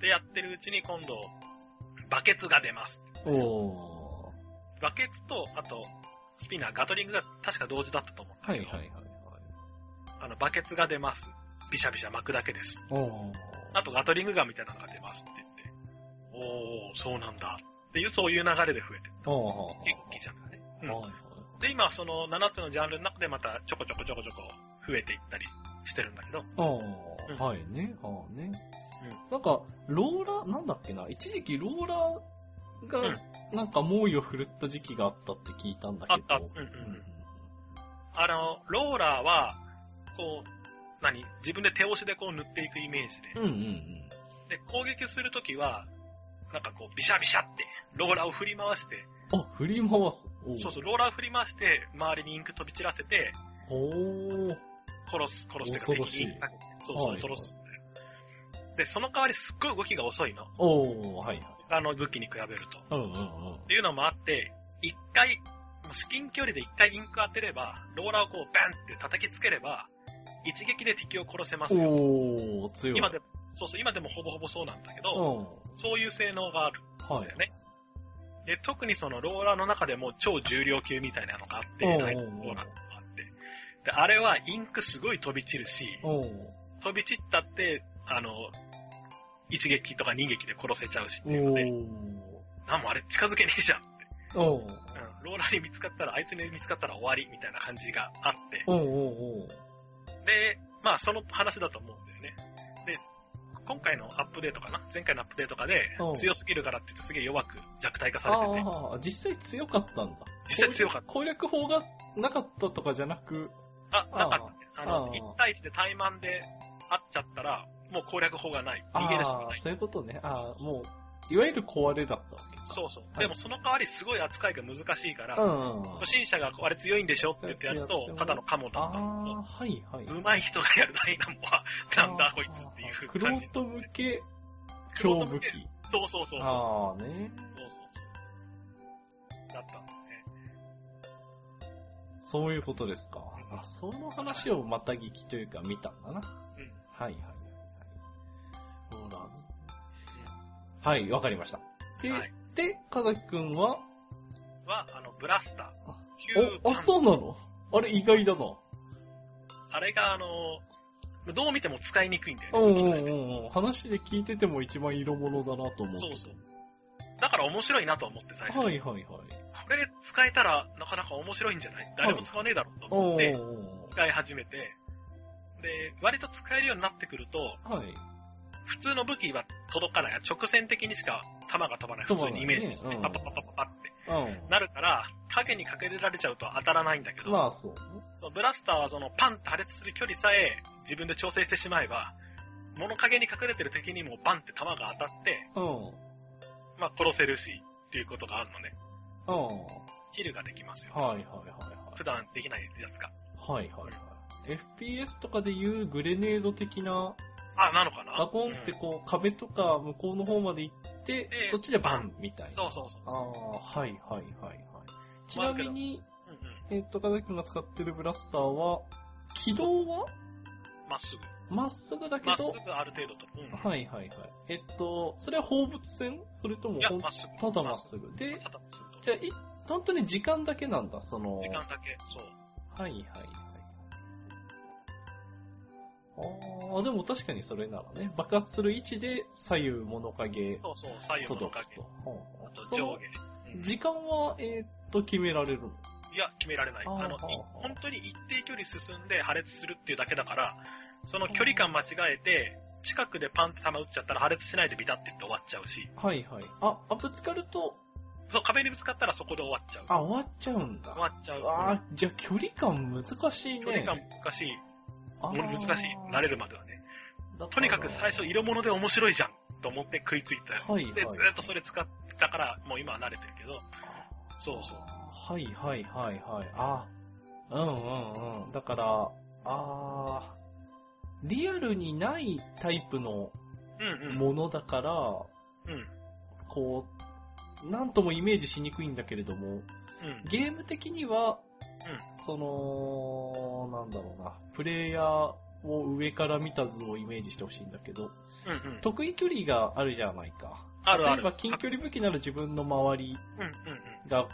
Speaker 2: で、やってるうちに今度、バケツが出ます。
Speaker 1: ー。おー。
Speaker 2: バケツと、あと、スピナー、ガトリングが確か同時だったと思うんだ
Speaker 1: はい
Speaker 2: け
Speaker 1: は
Speaker 2: ど
Speaker 1: いはいはい。
Speaker 2: あの、バケツが出ます。ビシャビシャ巻くだけです。
Speaker 1: おー。
Speaker 2: あとガトリングガンみたいなのが出ますって言って、おー、そうなんだ。っていう、そういう流れで増えてる。
Speaker 1: おー。
Speaker 2: 結構大きいジャンルだね。うん
Speaker 1: はいはい。
Speaker 2: で、今、その7つのジャンルの中でまたちょこちょこちょこちょこ増えていったりしてるんだけど、
Speaker 1: あ
Speaker 2: うん
Speaker 1: あ、はいね、ああね。なんか、ローラー、なんだっけな、一時期ローラー
Speaker 2: うん
Speaker 1: が、なんか猛威を振るった時期があったって聞いたんだ
Speaker 2: あ
Speaker 1: けど。
Speaker 2: った、うんうんうん。あの、ローラーは、こう、何自分で手押しでこう塗っていくイメージ
Speaker 1: う
Speaker 2: で、
Speaker 1: んうんうん。
Speaker 2: で、攻撃するときは、なんかこう、ビシャビシャって、ローラーを振り回して、
Speaker 1: あ、振り回す。おー
Speaker 2: そうそう、ローラーを振り回して、周りにインク飛び散らせて、
Speaker 1: おー。
Speaker 2: 殺す、殺す
Speaker 1: 恐ろしい
Speaker 2: 敵にかけてそうそう、
Speaker 1: はい
Speaker 2: 殺す。で、その代わりすっごい動きが遅いの。
Speaker 1: おー、はいはい。
Speaker 2: あの武器に比べると。っ
Speaker 1: うんうんうん。
Speaker 2: ていうのもあって、一回、もう至近距離で一回インク当てれば、ローラーをこうバンって叩きつければ、一撃で敵を殺せますよ。
Speaker 1: おー、強い。
Speaker 2: 今で、そうそう、今でもほぼほぼそうなんだけ
Speaker 1: う
Speaker 2: ど、
Speaker 1: ん。
Speaker 2: そういう性能があるん
Speaker 1: は
Speaker 2: だよ
Speaker 1: い。
Speaker 2: ね。で、特にそのローラーの中でも超重量級みたいなのがあって、
Speaker 1: うん
Speaker 2: タイプのローラーがあって。で、あれはインクすごい飛び散るし、
Speaker 1: う
Speaker 2: 飛び散ったって、あの、一撃とか二撃で殺せちゃうしって
Speaker 1: ん。
Speaker 2: いうので、
Speaker 1: お
Speaker 2: なんもあれ近づけねえじゃん。
Speaker 1: おうん。
Speaker 2: うんローラーに見つかったら、あいつに見つかったら終わりみたいな感じがあって、
Speaker 1: うんうんうん。
Speaker 2: で、まあその話だと思うんだよね。で、今回のアップデートかな前回のアップデートとかで
Speaker 1: うん、
Speaker 2: 強すぎるからって言ってすげえ弱く弱体化されてて、
Speaker 1: ああ、実際強かったんだ。
Speaker 2: 実際強かった。
Speaker 1: 攻略法がなかったとかじゃなく、
Speaker 2: あ、なかったね。あ
Speaker 1: あ
Speaker 2: の、
Speaker 1: ー
Speaker 2: 1対1で対マンで会っちゃったら、もう攻略法がない。逃げるしか
Speaker 1: あ
Speaker 2: な
Speaker 1: あ
Speaker 2: い。
Speaker 1: そういうことね。ああ、もう、いわゆる壊れだったわけか。
Speaker 2: そうそう。
Speaker 1: はい
Speaker 2: でもその代わりすごい扱いが難しいから、
Speaker 1: うん。
Speaker 2: 初心者があれ強いんでしょって言ってやる
Speaker 1: やって
Speaker 2: と
Speaker 1: も、
Speaker 2: ただのカモだ
Speaker 1: あ
Speaker 2: ったんだ
Speaker 1: あ、はいはい
Speaker 2: け。ど、上手い人がやるダイナモは、なんだこいつっていう
Speaker 1: クロ
Speaker 2: 感じ
Speaker 1: ー。ト向け強武器。
Speaker 2: そうそうそうそう。
Speaker 1: ああね。
Speaker 2: そうそうそう。だったんだよね。
Speaker 1: そういうことですか。あ、その話をまた聞きというか見たんだな。
Speaker 2: うん。
Speaker 1: はいはいはいはい。ほら。はい、わかりました。で、
Speaker 2: はい
Speaker 1: で、かざきくんは、
Speaker 2: は、あの、ブラスター
Speaker 1: あ。
Speaker 2: ヒュー
Speaker 1: お、あ、そうなのあれ意外だな。
Speaker 2: あれが、あの、どう見ても使いにくいんだ
Speaker 1: う
Speaker 2: よ
Speaker 1: ん
Speaker 2: ね。
Speaker 1: う
Speaker 2: 武器
Speaker 1: ん
Speaker 2: として
Speaker 1: うんうん。話で聞いてても一番色物だなと思う。
Speaker 2: そうそう。だから面白いなと思って最初。
Speaker 1: はいはいはい。
Speaker 2: これ使えたらなかなか面白いんじゃない誰も使わねえだろうと思っ
Speaker 1: うん
Speaker 2: て
Speaker 1: うんうん
Speaker 2: 使い始めて、で、割と使えるようになってくると、
Speaker 1: はい。
Speaker 2: 普通の武器は届かない。直線的にしか弾が飛ばない。普
Speaker 1: 飛ばな
Speaker 2: 通
Speaker 1: いね
Speaker 2: にイメージですね
Speaker 1: う。ん
Speaker 2: パパパパパパって。
Speaker 1: う
Speaker 2: なるから、影にかけられちゃうと当たらないんだけど
Speaker 1: ん。、まあそうね。
Speaker 2: ブラスターはそのパンって破裂する距離さえ自分で調整してしまえば、物陰に隠れてる敵にもバンって弾が当たって、
Speaker 1: うん。
Speaker 2: まあ殺せるし、っていうことがあるのね。
Speaker 1: うん。
Speaker 2: キルができますよ。
Speaker 1: はいはいはい
Speaker 2: 普段できないやつが。
Speaker 1: はい。はいはいはい。FPS とかでいうグレネード的な、
Speaker 2: あ、なのかな
Speaker 1: ガコンって
Speaker 2: うん
Speaker 1: こう壁とか向こうの方まで行って
Speaker 2: で、
Speaker 1: そっちでバンみたいな。
Speaker 2: そうそうそう。
Speaker 1: ああ、はいはいはいはい。ちなみに、
Speaker 2: うん
Speaker 1: え
Speaker 2: うん。
Speaker 1: っ、と、岡崎君が使ってるブラスターは、軌道は
Speaker 2: まっすぐ。
Speaker 1: まっすぐだけ
Speaker 2: まっす
Speaker 1: ど、
Speaker 2: ぐある程度と。うん。い。
Speaker 1: はいはいはい。えっと、それは放物線それとも
Speaker 2: や、
Speaker 1: ほん、た
Speaker 2: まっすぐ。
Speaker 1: だまっすぐ。で、
Speaker 2: ただまっすぐと。
Speaker 1: じゃあ、い、本当に時間だけなんだ、その、
Speaker 2: 時間だけ。そう。
Speaker 1: はいはいはい。ああ、でも確かにそれならね、爆発する位置で左右物陰
Speaker 2: そうそう。左右の
Speaker 1: 届
Speaker 2: 影
Speaker 1: く。と。
Speaker 2: あと
Speaker 1: そ
Speaker 2: 上
Speaker 1: の
Speaker 2: 下。うん
Speaker 1: 時間は、えーっと、決められるの
Speaker 2: いや、決められない。
Speaker 1: あー
Speaker 2: あの、い
Speaker 1: あー
Speaker 2: 本当に一定距離進んで破裂するっていうだけだから、その距離感間違えて、近くでパンって弾打っちゃったら破裂しないでビタって言って終わっちゃうし、
Speaker 1: はいはい。あ、あぶつかると、
Speaker 2: そう壁にぶつかったらそこで終わっちゃう。
Speaker 1: あ、終わっちゃうんだ。
Speaker 2: 終わっちゃう。
Speaker 1: ああ、じゃあ距離感難しいね。
Speaker 2: 距離感難しい。
Speaker 1: あー
Speaker 2: 難しい。慣れるまではね。
Speaker 1: だら
Speaker 2: とにかく最初色物で面白いじゃんと思って食いついたよ。
Speaker 1: はいはい
Speaker 2: で、ずーっとそれ使ってたから、もう今は慣れてるけど、そうそう。
Speaker 1: はいはいはいはい。あ、うんうんうん。だから、あーリアルにないタイプの
Speaker 2: うんうん。
Speaker 1: ものだから、
Speaker 2: うん。うん。
Speaker 1: こう、なんともイメージしにくいんだけれども、ゲーム的には、その、なんだろうな、プレイヤーを上から見た図をイメージしてほしいんだけど、
Speaker 2: うんうん。
Speaker 1: 得意距離があるじゃないか。
Speaker 2: あるある。
Speaker 1: 例えば近距離武器なら自分の周り
Speaker 2: うんうんうん。
Speaker 1: が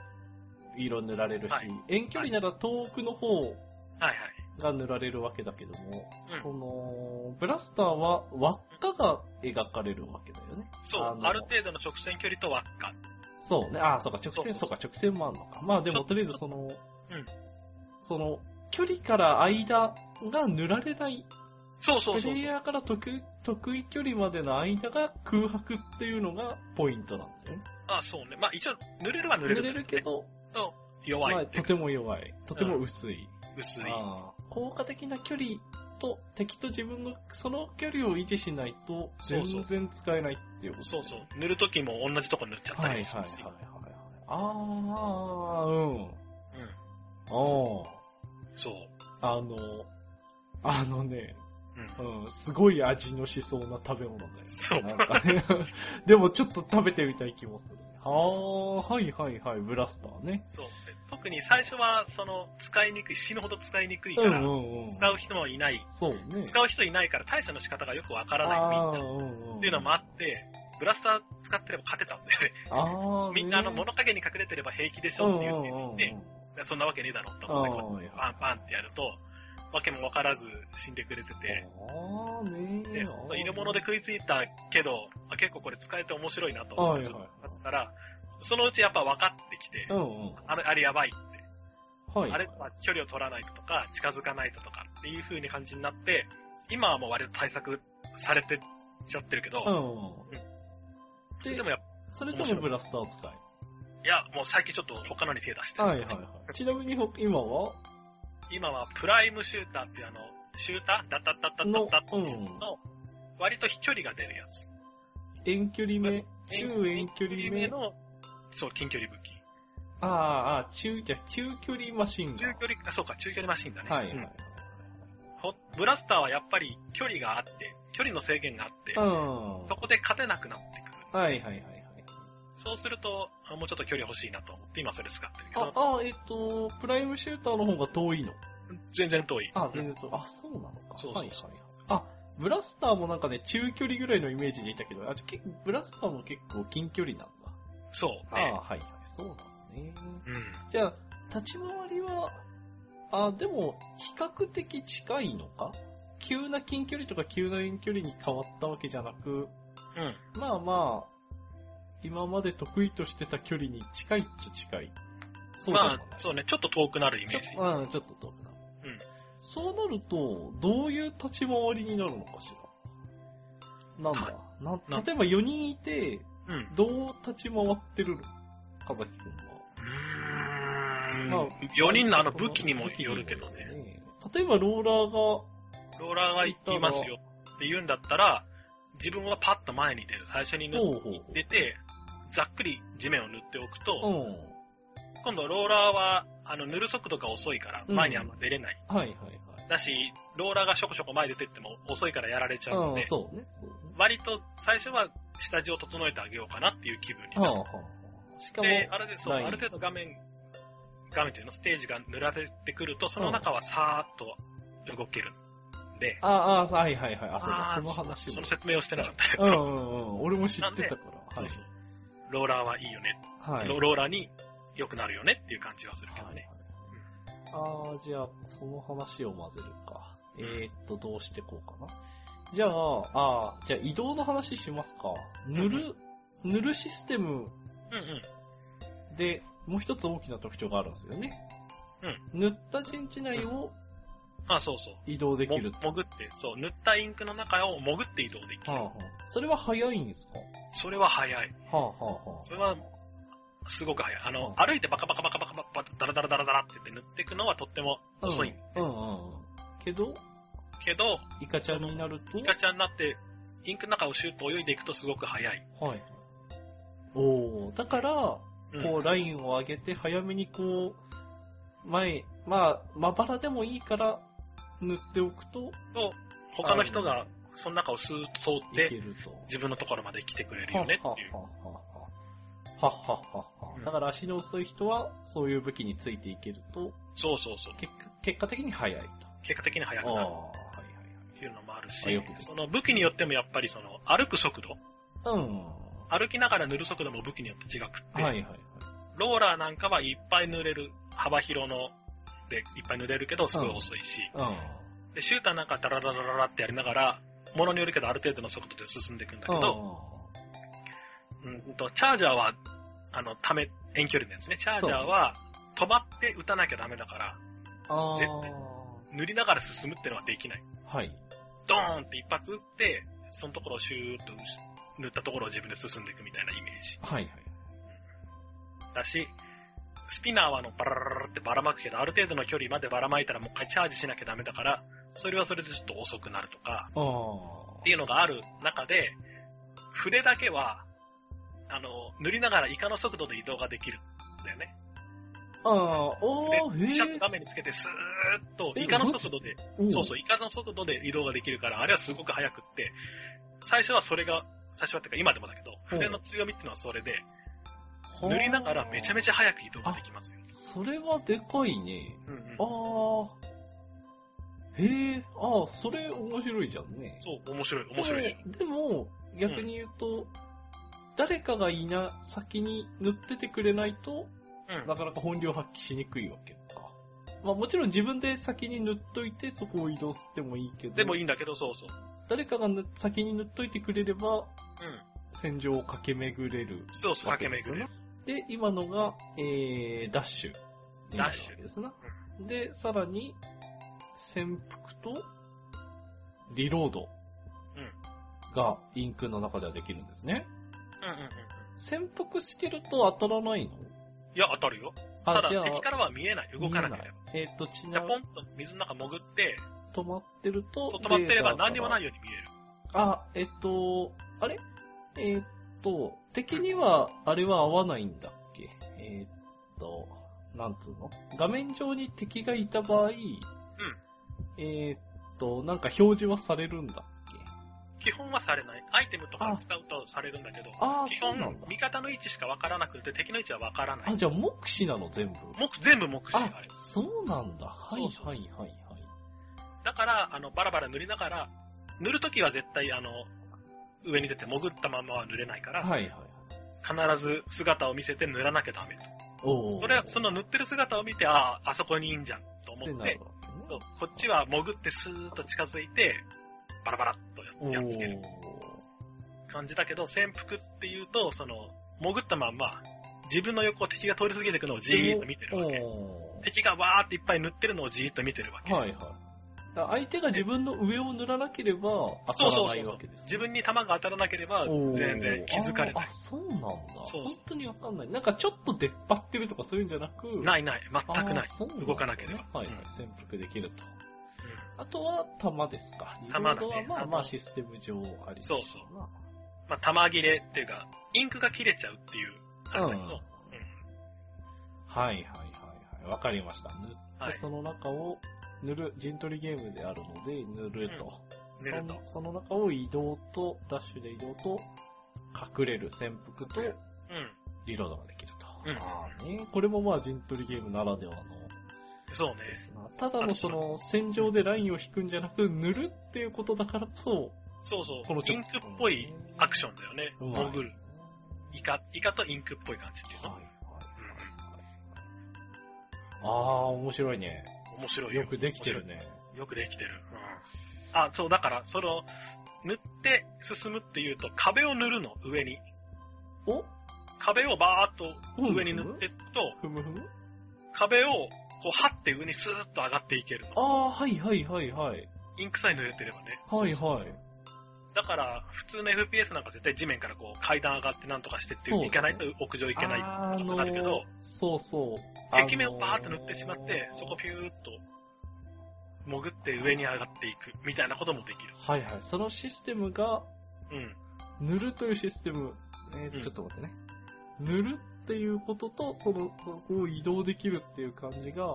Speaker 1: 色塗られるし、
Speaker 2: はい
Speaker 1: 遠距離なら遠くの方
Speaker 2: はいはい。
Speaker 1: が塗られるわけだけども、
Speaker 2: うん
Speaker 1: その、ブラスターは輪っかが描かれるわけだよね。
Speaker 2: そう、
Speaker 1: あ
Speaker 2: あ
Speaker 1: の
Speaker 2: る程度の直線距離と輪っか。
Speaker 1: そうね。ああ、そうか、直線、
Speaker 2: そ
Speaker 1: そううか、直線もあるのか。まあで
Speaker 2: そ
Speaker 1: も、
Speaker 2: う
Speaker 1: とりあえずその、
Speaker 2: うん
Speaker 1: その、距離から間が塗られない、
Speaker 2: そうそうそうそ
Speaker 1: プ
Speaker 2: う。
Speaker 1: レイヤーから得意得意距離までの間が空白っていうのがポイントなんだよね。
Speaker 2: あ、そうね。まあ一応、濡れるは濡
Speaker 1: 塗
Speaker 2: れる。
Speaker 1: れるけ。ど、
Speaker 2: そう。
Speaker 1: ま
Speaker 2: 弱い
Speaker 1: あ、
Speaker 2: って
Speaker 1: と
Speaker 2: いうか
Speaker 1: ても弱い。とても薄い。
Speaker 2: 薄い。
Speaker 1: あー効果的な距離と敵と自分のその距離を維持しないと
Speaker 2: そうそう
Speaker 1: 全然使えないっていうこと
Speaker 2: そうそう。塗るときも同じとこ塗っちゃった
Speaker 1: はいはい
Speaker 2: りもす
Speaker 1: はい
Speaker 2: る
Speaker 1: はい
Speaker 2: し。
Speaker 1: はいああうん
Speaker 2: うん。
Speaker 1: おー
Speaker 2: そう。
Speaker 1: あのあのね、
Speaker 2: うん。
Speaker 1: うん、すごい味のしそうな食べ物だよ
Speaker 2: そう。
Speaker 1: なんかね <laughs> でもちょっと食べてみたい気もするああはいはいはいブラスターね
Speaker 2: そう。で特に最初は、その、使いにくい、死ぬほど使いにくいか
Speaker 1: うん
Speaker 2: ら、
Speaker 1: うんうん。
Speaker 2: 使う人もいない、
Speaker 1: そうね。
Speaker 2: 使う人いないから対処の仕方がよくわからない、みんな。
Speaker 1: っ
Speaker 2: っていうのもあって、ブラスター使ってれば勝てたんで、
Speaker 1: あー
Speaker 2: みんなあの
Speaker 1: ね
Speaker 2: 物陰に隠れてれば平気でし
Speaker 1: うんう
Speaker 2: ょっ
Speaker 1: ん
Speaker 2: ていうふうに
Speaker 1: うん
Speaker 2: 言
Speaker 1: う
Speaker 2: っ
Speaker 1: ん
Speaker 2: て、いやそんなわけねえだろって思って、
Speaker 1: あ
Speaker 2: こ
Speaker 1: ー
Speaker 2: っちにバンバンってやると、わけもわからず死んでくれてて、
Speaker 1: あーね
Speaker 2: で、犬物で食いついたけど、あ結構これ使えて面白いなと
Speaker 1: は
Speaker 2: 思
Speaker 1: い
Speaker 2: っ
Speaker 1: はい
Speaker 2: て、だったら、そのうちやっぱ分かってきて
Speaker 1: う、んうん。
Speaker 2: あれ、あれやばいって、
Speaker 1: はい。
Speaker 2: あれは距離を取らないととか、近づかないととかっていう風に感じになって、今はもう割と対策されてっちゃってるけど
Speaker 1: うん、うん。
Speaker 2: それでもやっぱ、
Speaker 1: それともブラスター使い。
Speaker 2: いや、もう最近ちょっと他のに手出してる
Speaker 1: はいはい
Speaker 2: <laughs>
Speaker 1: はい。ちなみにほ今は
Speaker 2: 今はプライムシューターっていうあの、シューターダッダッダッダッダッダッっていうのの、割と飛距離が出るやつ。
Speaker 1: 遠距離目中遠距離目
Speaker 2: の、そう、近距離武器。
Speaker 1: あーあー、中、じゃあ中距離マシンガ
Speaker 2: 中
Speaker 1: ン。
Speaker 2: 距離、あ、そうか、中距離マシンだね。
Speaker 1: はいは
Speaker 2: う
Speaker 1: い
Speaker 2: ん。ほブラスターはやっぱり距離があって、距離の制限があって
Speaker 1: う、ん。
Speaker 2: そこで勝てなくなってくる。
Speaker 1: はいはいはいはい。
Speaker 2: そうすると、あもうちょっと距離欲しいなと思って、今それ使ってるけ
Speaker 1: あ
Speaker 2: ど、、
Speaker 1: あ、えっと、プライムシューターの方が遠いの。
Speaker 2: 全然遠い。
Speaker 1: あ、
Speaker 2: う
Speaker 1: 全
Speaker 2: ん
Speaker 1: 然と、あ、そうなのか。
Speaker 2: そうそうそう
Speaker 1: はいはいはい。あ、ブラスターもなんかね、中距離ぐらいのイメージでいたけど、あ、じゃあ結構、ブラスターも結構近距離なんだ。
Speaker 2: そう。
Speaker 1: あ、
Speaker 2: ね
Speaker 1: はいはい、そうなのね。
Speaker 2: うん。
Speaker 1: じゃあ、立ち回りは、あ、でも、比較的近いのか急な近距離とか急な遠距離に変わったわけじゃなく、
Speaker 2: うん。
Speaker 1: まあまあ、今まで得意としてた距離に近いっちゃ近い。そでも
Speaker 2: ま
Speaker 1: ない
Speaker 2: あ、そうね、ちょっと遠くなるイメ
Speaker 1: ちょ
Speaker 2: ー
Speaker 1: っ
Speaker 2: ジ。
Speaker 1: と、うん、ちょっと遠くなる。
Speaker 2: うん
Speaker 1: そうなると、どういう立ち回りになるのかしら。なんだ、な
Speaker 2: な
Speaker 1: 例えば4人いて、
Speaker 2: うん。う
Speaker 1: どう立ち回ってるの風木くんは。
Speaker 2: ーん。
Speaker 1: まあ
Speaker 2: 4人のあの武器にもよるけどね。。
Speaker 1: 例えばローラー
Speaker 2: ローラーがいますよって言うんだったら、自分はパッと前に出る。最初に
Speaker 1: が、
Speaker 2: 塗っ
Speaker 1: ほうほう。
Speaker 2: 出て、ざっくり地面を塗っておく
Speaker 1: う
Speaker 2: と、
Speaker 1: ん。
Speaker 2: 今度ローラーは、あの、塗る速度が遅いから、
Speaker 1: うん
Speaker 2: 前にあんま出れない。
Speaker 1: はいはいはい。
Speaker 2: だし、ローラーがしょこしょこ前出てっても遅いからやられちゃうの
Speaker 1: うん、
Speaker 2: で、
Speaker 1: そうね、そうね。
Speaker 2: 割と最初は下地を整えてあげようかなっていう気分に
Speaker 1: は
Speaker 2: な
Speaker 1: あ
Speaker 2: る。
Speaker 1: はあ。しかも、
Speaker 2: で、あれで、そうそう、
Speaker 1: ライン
Speaker 2: ある程度画面、画面というの、ステージが塗られてくると、その中はさーっと動けるんで、
Speaker 1: ああ、はいはいはい。あ、そうだ
Speaker 2: あ、ー
Speaker 1: その話
Speaker 2: そ
Speaker 1: も
Speaker 2: の。説明をしてなかった。
Speaker 1: うんう
Speaker 2: そうん
Speaker 1: うん。俺も知ってたから。
Speaker 2: そ
Speaker 1: は
Speaker 2: う
Speaker 1: い
Speaker 2: そう。ローラーはいいよね。
Speaker 1: はい。
Speaker 2: ロローラーに良くなるよねっていう感じはするけどね。
Speaker 1: ああ、じゃあ、その話を混ぜるか。
Speaker 2: う
Speaker 1: え
Speaker 2: ん
Speaker 1: ー、っと、どうしてこうかな。じゃあ、ああ、じゃあ移動の話しますか。塗る、塗るシステム
Speaker 2: うんうん。
Speaker 1: で、もう一つ大きな特徴があるんですよね。塗った陣地内を
Speaker 2: あ、そうそう。
Speaker 1: 移動できる
Speaker 2: も。潜って、そう、塗ったインクの中を潜って移動でき
Speaker 1: はあ
Speaker 2: る。
Speaker 1: はあ、それは早いんですか
Speaker 2: それは早い。
Speaker 1: はあはあは
Speaker 2: それは、すごく早い。あ
Speaker 1: うん
Speaker 2: の、歩いてバカバカバカバカバカバカ、ダラダラダラダラって言って塗っていくのはとっても
Speaker 1: あ。
Speaker 2: 遅い
Speaker 1: うんうんうんうん。けど、
Speaker 2: けど、
Speaker 1: イカちゃんになると、
Speaker 2: イカちゃんになって、インクの中をシュッと泳いでいくとすごく早い。
Speaker 1: はい。おお、だから、
Speaker 2: うん
Speaker 1: こう、ラインを上げて、早めにこう、前、まあ、まばらでもいいから、塗っておくと、
Speaker 2: と、他の人がその中をスーッと通っ
Speaker 1: いけ
Speaker 2: て、
Speaker 1: ると。
Speaker 2: 自分のところまで来てくれるよねっていう。
Speaker 1: ははははは。はははは
Speaker 2: うん
Speaker 1: だから足の遅い人は、そういう武器についていけると、
Speaker 2: そうそうそう。
Speaker 1: 結果結果的に早いと。
Speaker 2: 結果的に早く
Speaker 1: ああ、
Speaker 2: なる
Speaker 1: はい
Speaker 2: っていうのもあるし
Speaker 1: あよくで、きた
Speaker 2: その武器によってもやっぱりその歩く速度、
Speaker 1: はいはい。うん。
Speaker 2: 歩きながら塗る速度も武器によって違くっ
Speaker 1: は
Speaker 2: て、
Speaker 1: いはいはい。
Speaker 2: ローラーなんかはいっぱい塗れる、幅広のでいっぱい塗れるけどすごい遅いし、
Speaker 1: うん。
Speaker 2: でシューターなんかダラダラダラってやりながら、ものによるけどある程度の速度で進んでいくんだけど、うんとチャージャーは、あの、ため、遠距離のやつね。チャージャーは、止まって打たなきゃダメだから、
Speaker 1: ああ
Speaker 2: 全然塗りながら進むってのはできない。
Speaker 1: はい。
Speaker 2: ドーンって一発打って、そのところをシューッと塗ったところを自分で進んでいくみたいなイメージ。
Speaker 1: はいはい。
Speaker 2: だし、スピナーはあのバララララってばらまくけど、ある程度の距離までばらまいたらもう一回チャージしなきゃダメだから、それはそれでちょっと遅くなるとか、
Speaker 1: ああ。
Speaker 2: っていうのがある中で、筆だけは、あの、塗りながらイカの速度で移動ができるんだよね。
Speaker 1: ああ、お
Speaker 2: で
Speaker 1: ー、へえ。
Speaker 2: シャッと画面につけてスーッと
Speaker 1: え
Speaker 2: イカの速度で、
Speaker 1: うん
Speaker 2: そうそう、イカの速度で移動ができるから、あれはすごく速くって、最初はそれが、最初はっていうか今でもだけど、筆の強みっていうのはそれで、
Speaker 1: ほー
Speaker 2: 塗りながらめちゃめちゃ早く移動ができますよ。
Speaker 1: それはでかいね。
Speaker 2: うんうん
Speaker 1: あー。へえ、あー、それ面白いじゃんね。
Speaker 2: そう、面白い、面白いでしょ。
Speaker 1: でも、でも逆に言うと、誰かがいな、先に塗っててくれないと、
Speaker 2: うん
Speaker 1: なかなか本領発揮しにくいわけか。まあもちろん自分で先に塗っといて、そこを移動してもいいけど、
Speaker 2: でもいいんだけど、そうそう。
Speaker 1: 誰かが塗先に塗っといてくれれば、
Speaker 2: うん。
Speaker 1: 戦場を駆け巡れる
Speaker 2: そうそう、
Speaker 1: わ
Speaker 2: 駆
Speaker 1: けで
Speaker 2: け
Speaker 1: す
Speaker 2: 巡
Speaker 1: ね
Speaker 2: る。。
Speaker 1: で、今のが、えー、ダッシュになるわけですな。で、さらに、潜伏と、リロードがインクの中ではできるんですね。
Speaker 2: うんうんうんうん。
Speaker 1: 潜伏してると当たらないの
Speaker 2: いや、当たるよ。
Speaker 1: あ
Speaker 2: ただ、敵からは見えない。動かなければ。
Speaker 1: 見えないえっ、と、ち
Speaker 2: じ
Speaker 1: な
Speaker 2: ゃ
Speaker 1: み
Speaker 2: ポンと水の中潜って、
Speaker 1: 止まってると、。
Speaker 2: 止まってれば何にもないいように見える。
Speaker 1: あ、えっと、あれえっと、敵には、あれは合わないんだっけえっと、なんつうの画面上に敵がいた場合、えっと、なんか表示はされるんだっけ
Speaker 2: 基本はされない。アイテムとか使うとされるんだけど、
Speaker 1: ああ、
Speaker 2: 基
Speaker 1: そう
Speaker 2: 本
Speaker 1: なんだ、。
Speaker 2: 味方の位置しかわからなくて、敵の位置はわからな
Speaker 1: あ、
Speaker 2: い。
Speaker 1: じゃあ目視なの全部。
Speaker 2: 目全部目視。
Speaker 1: あ
Speaker 2: あれ、
Speaker 1: そうなんだ。はい
Speaker 2: そうそう
Speaker 1: はいはいはい。
Speaker 2: だから、あの、バラバラ塗りながら、塗るときは絶対、あの、上に出て潜ったままは塗れないから、
Speaker 1: はいはいはい。
Speaker 2: 必ず姿を見せて塗らなきゃダメと。
Speaker 1: おー
Speaker 2: それは、その塗ってる姿を見て、ああ、あそこにいいんじゃんと
Speaker 1: って
Speaker 2: 思っ
Speaker 1: なる
Speaker 2: て、
Speaker 1: わ
Speaker 2: そうこっちは潜ってスーッと近づいて、バラバラっと
Speaker 1: けね。
Speaker 2: やっつける感じだけど、潜伏っていうと、その、潜ったまんま、自分の横を敵が通り過ぎていくのをじーっと見てるわけ。
Speaker 1: おー
Speaker 2: 敵がわーっていっぱい塗ってるのをじーっと見てるわけ。
Speaker 1: はいはい。だから相手が自分の上を塗らなければ当た
Speaker 2: そう
Speaker 1: ら
Speaker 2: そう
Speaker 1: な
Speaker 2: そ
Speaker 1: いう
Speaker 2: そ
Speaker 1: わ
Speaker 2: う
Speaker 1: けです。
Speaker 2: 自分に弾が当たらなければ、
Speaker 1: おー
Speaker 2: 全然気づかれ
Speaker 1: あ
Speaker 2: な
Speaker 1: ーあ、
Speaker 2: い。
Speaker 1: そうなんだ。
Speaker 2: そう
Speaker 1: 本当にわかんない。なんかちょっと出っ張ってるとかそういうんじゃなく、。
Speaker 2: ないいない、全くない。
Speaker 1: そうなんだね
Speaker 2: 動かなければ
Speaker 1: はいはい。
Speaker 2: うん
Speaker 1: 潜伏できると。
Speaker 2: うん
Speaker 1: あとは弾ですか。リロ
Speaker 2: 弾だね
Speaker 1: ードはま
Speaker 2: あ
Speaker 1: あ
Speaker 2: の
Speaker 1: まあシステム上あり
Speaker 2: そうそうまあ、弾切れっていうか、インクが切れちゃうっていう、あれだけど、
Speaker 1: うん
Speaker 2: うん
Speaker 1: はいはいはいはい。わかりました。塗って、
Speaker 2: はい
Speaker 1: その中を塗る、陣取りゲームであるので、塗ると。
Speaker 2: 塗ると
Speaker 1: そのその中を移動と、ダッシュで移動と、隠れる潜伏と、
Speaker 2: うん。
Speaker 1: リロードができると。
Speaker 2: うん
Speaker 1: ああね、これもまあ陣取りゲームならではの
Speaker 2: そうね
Speaker 1: で。すな。ただのその、戦場でラインを引くんじゃなく、塗るっていうことだからこそ、
Speaker 2: そうそう。
Speaker 1: このちょ
Speaker 2: インクっぽいアクションだよね。
Speaker 1: うまい
Speaker 2: 潜る。イカ、イカとインクっぽい感じっていう
Speaker 1: はい
Speaker 2: の。
Speaker 1: はい
Speaker 2: うん
Speaker 1: ああ、面白いね。
Speaker 2: うん。面白いよ。
Speaker 1: よくできてるね。
Speaker 2: 面白い。よくできてる。うん。あ、そう、だから、その、塗って進むっていうと、壁を塗るの、上に。
Speaker 1: お
Speaker 2: 壁をバーっと上に塗っていくと、
Speaker 1: ふむふむ
Speaker 2: 壁をこう、はって上にスーッと上がっていけるの。
Speaker 1: ああー、はいはいはいはい。
Speaker 2: インクさえ塗れてればね。
Speaker 1: はいはい。
Speaker 2: だから、普通の FPS なんか絶対地面からこう階段上がってなんとかしてってい
Speaker 1: そ
Speaker 2: う
Speaker 1: うだね
Speaker 2: 行かないと屋上行けないって
Speaker 1: あ
Speaker 2: ことになるけど、
Speaker 1: そうそう。
Speaker 2: 壁面をバーって塗ってしまって、そこピューっと潜って上に上がっていくみたいなこともできる。
Speaker 1: はいはい。そのシステムが、
Speaker 2: うん。
Speaker 1: 塗るというシステム。えー
Speaker 2: うん
Speaker 1: ちょっと待ってね。塗るっていうことと、その、そこを移動できるっていう感じが、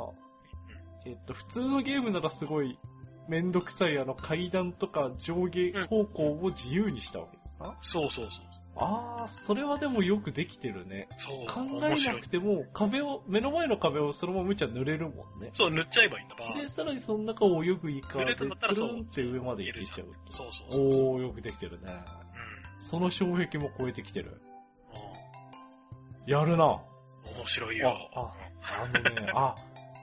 Speaker 1: えっと、普通のゲームならすごい、めんどくさい、あの、階段とか上下方向を自由にしたわけですか、
Speaker 2: そうそう
Speaker 1: あー、それはでもよくできてるね。
Speaker 2: そう。そ
Speaker 1: 考
Speaker 2: う。
Speaker 1: え
Speaker 2: 面白
Speaker 1: ないく。ても、壁を、目の前の壁をそのまま無茶塗れるもんね。
Speaker 2: そう、塗っちゃえばいいんだば。
Speaker 1: で、さらにその中を泳ぐイカ
Speaker 2: ぐる
Speaker 1: で、
Speaker 2: っとなった
Speaker 1: つ
Speaker 2: ら
Speaker 1: る
Speaker 2: そうん
Speaker 1: って上まで行けちゃう。
Speaker 2: そうそうそう。うん。
Speaker 1: おー、よくできてるね。その障壁も超えてきてる。やるな。
Speaker 2: うん面白いよ。
Speaker 1: ああのね、あ、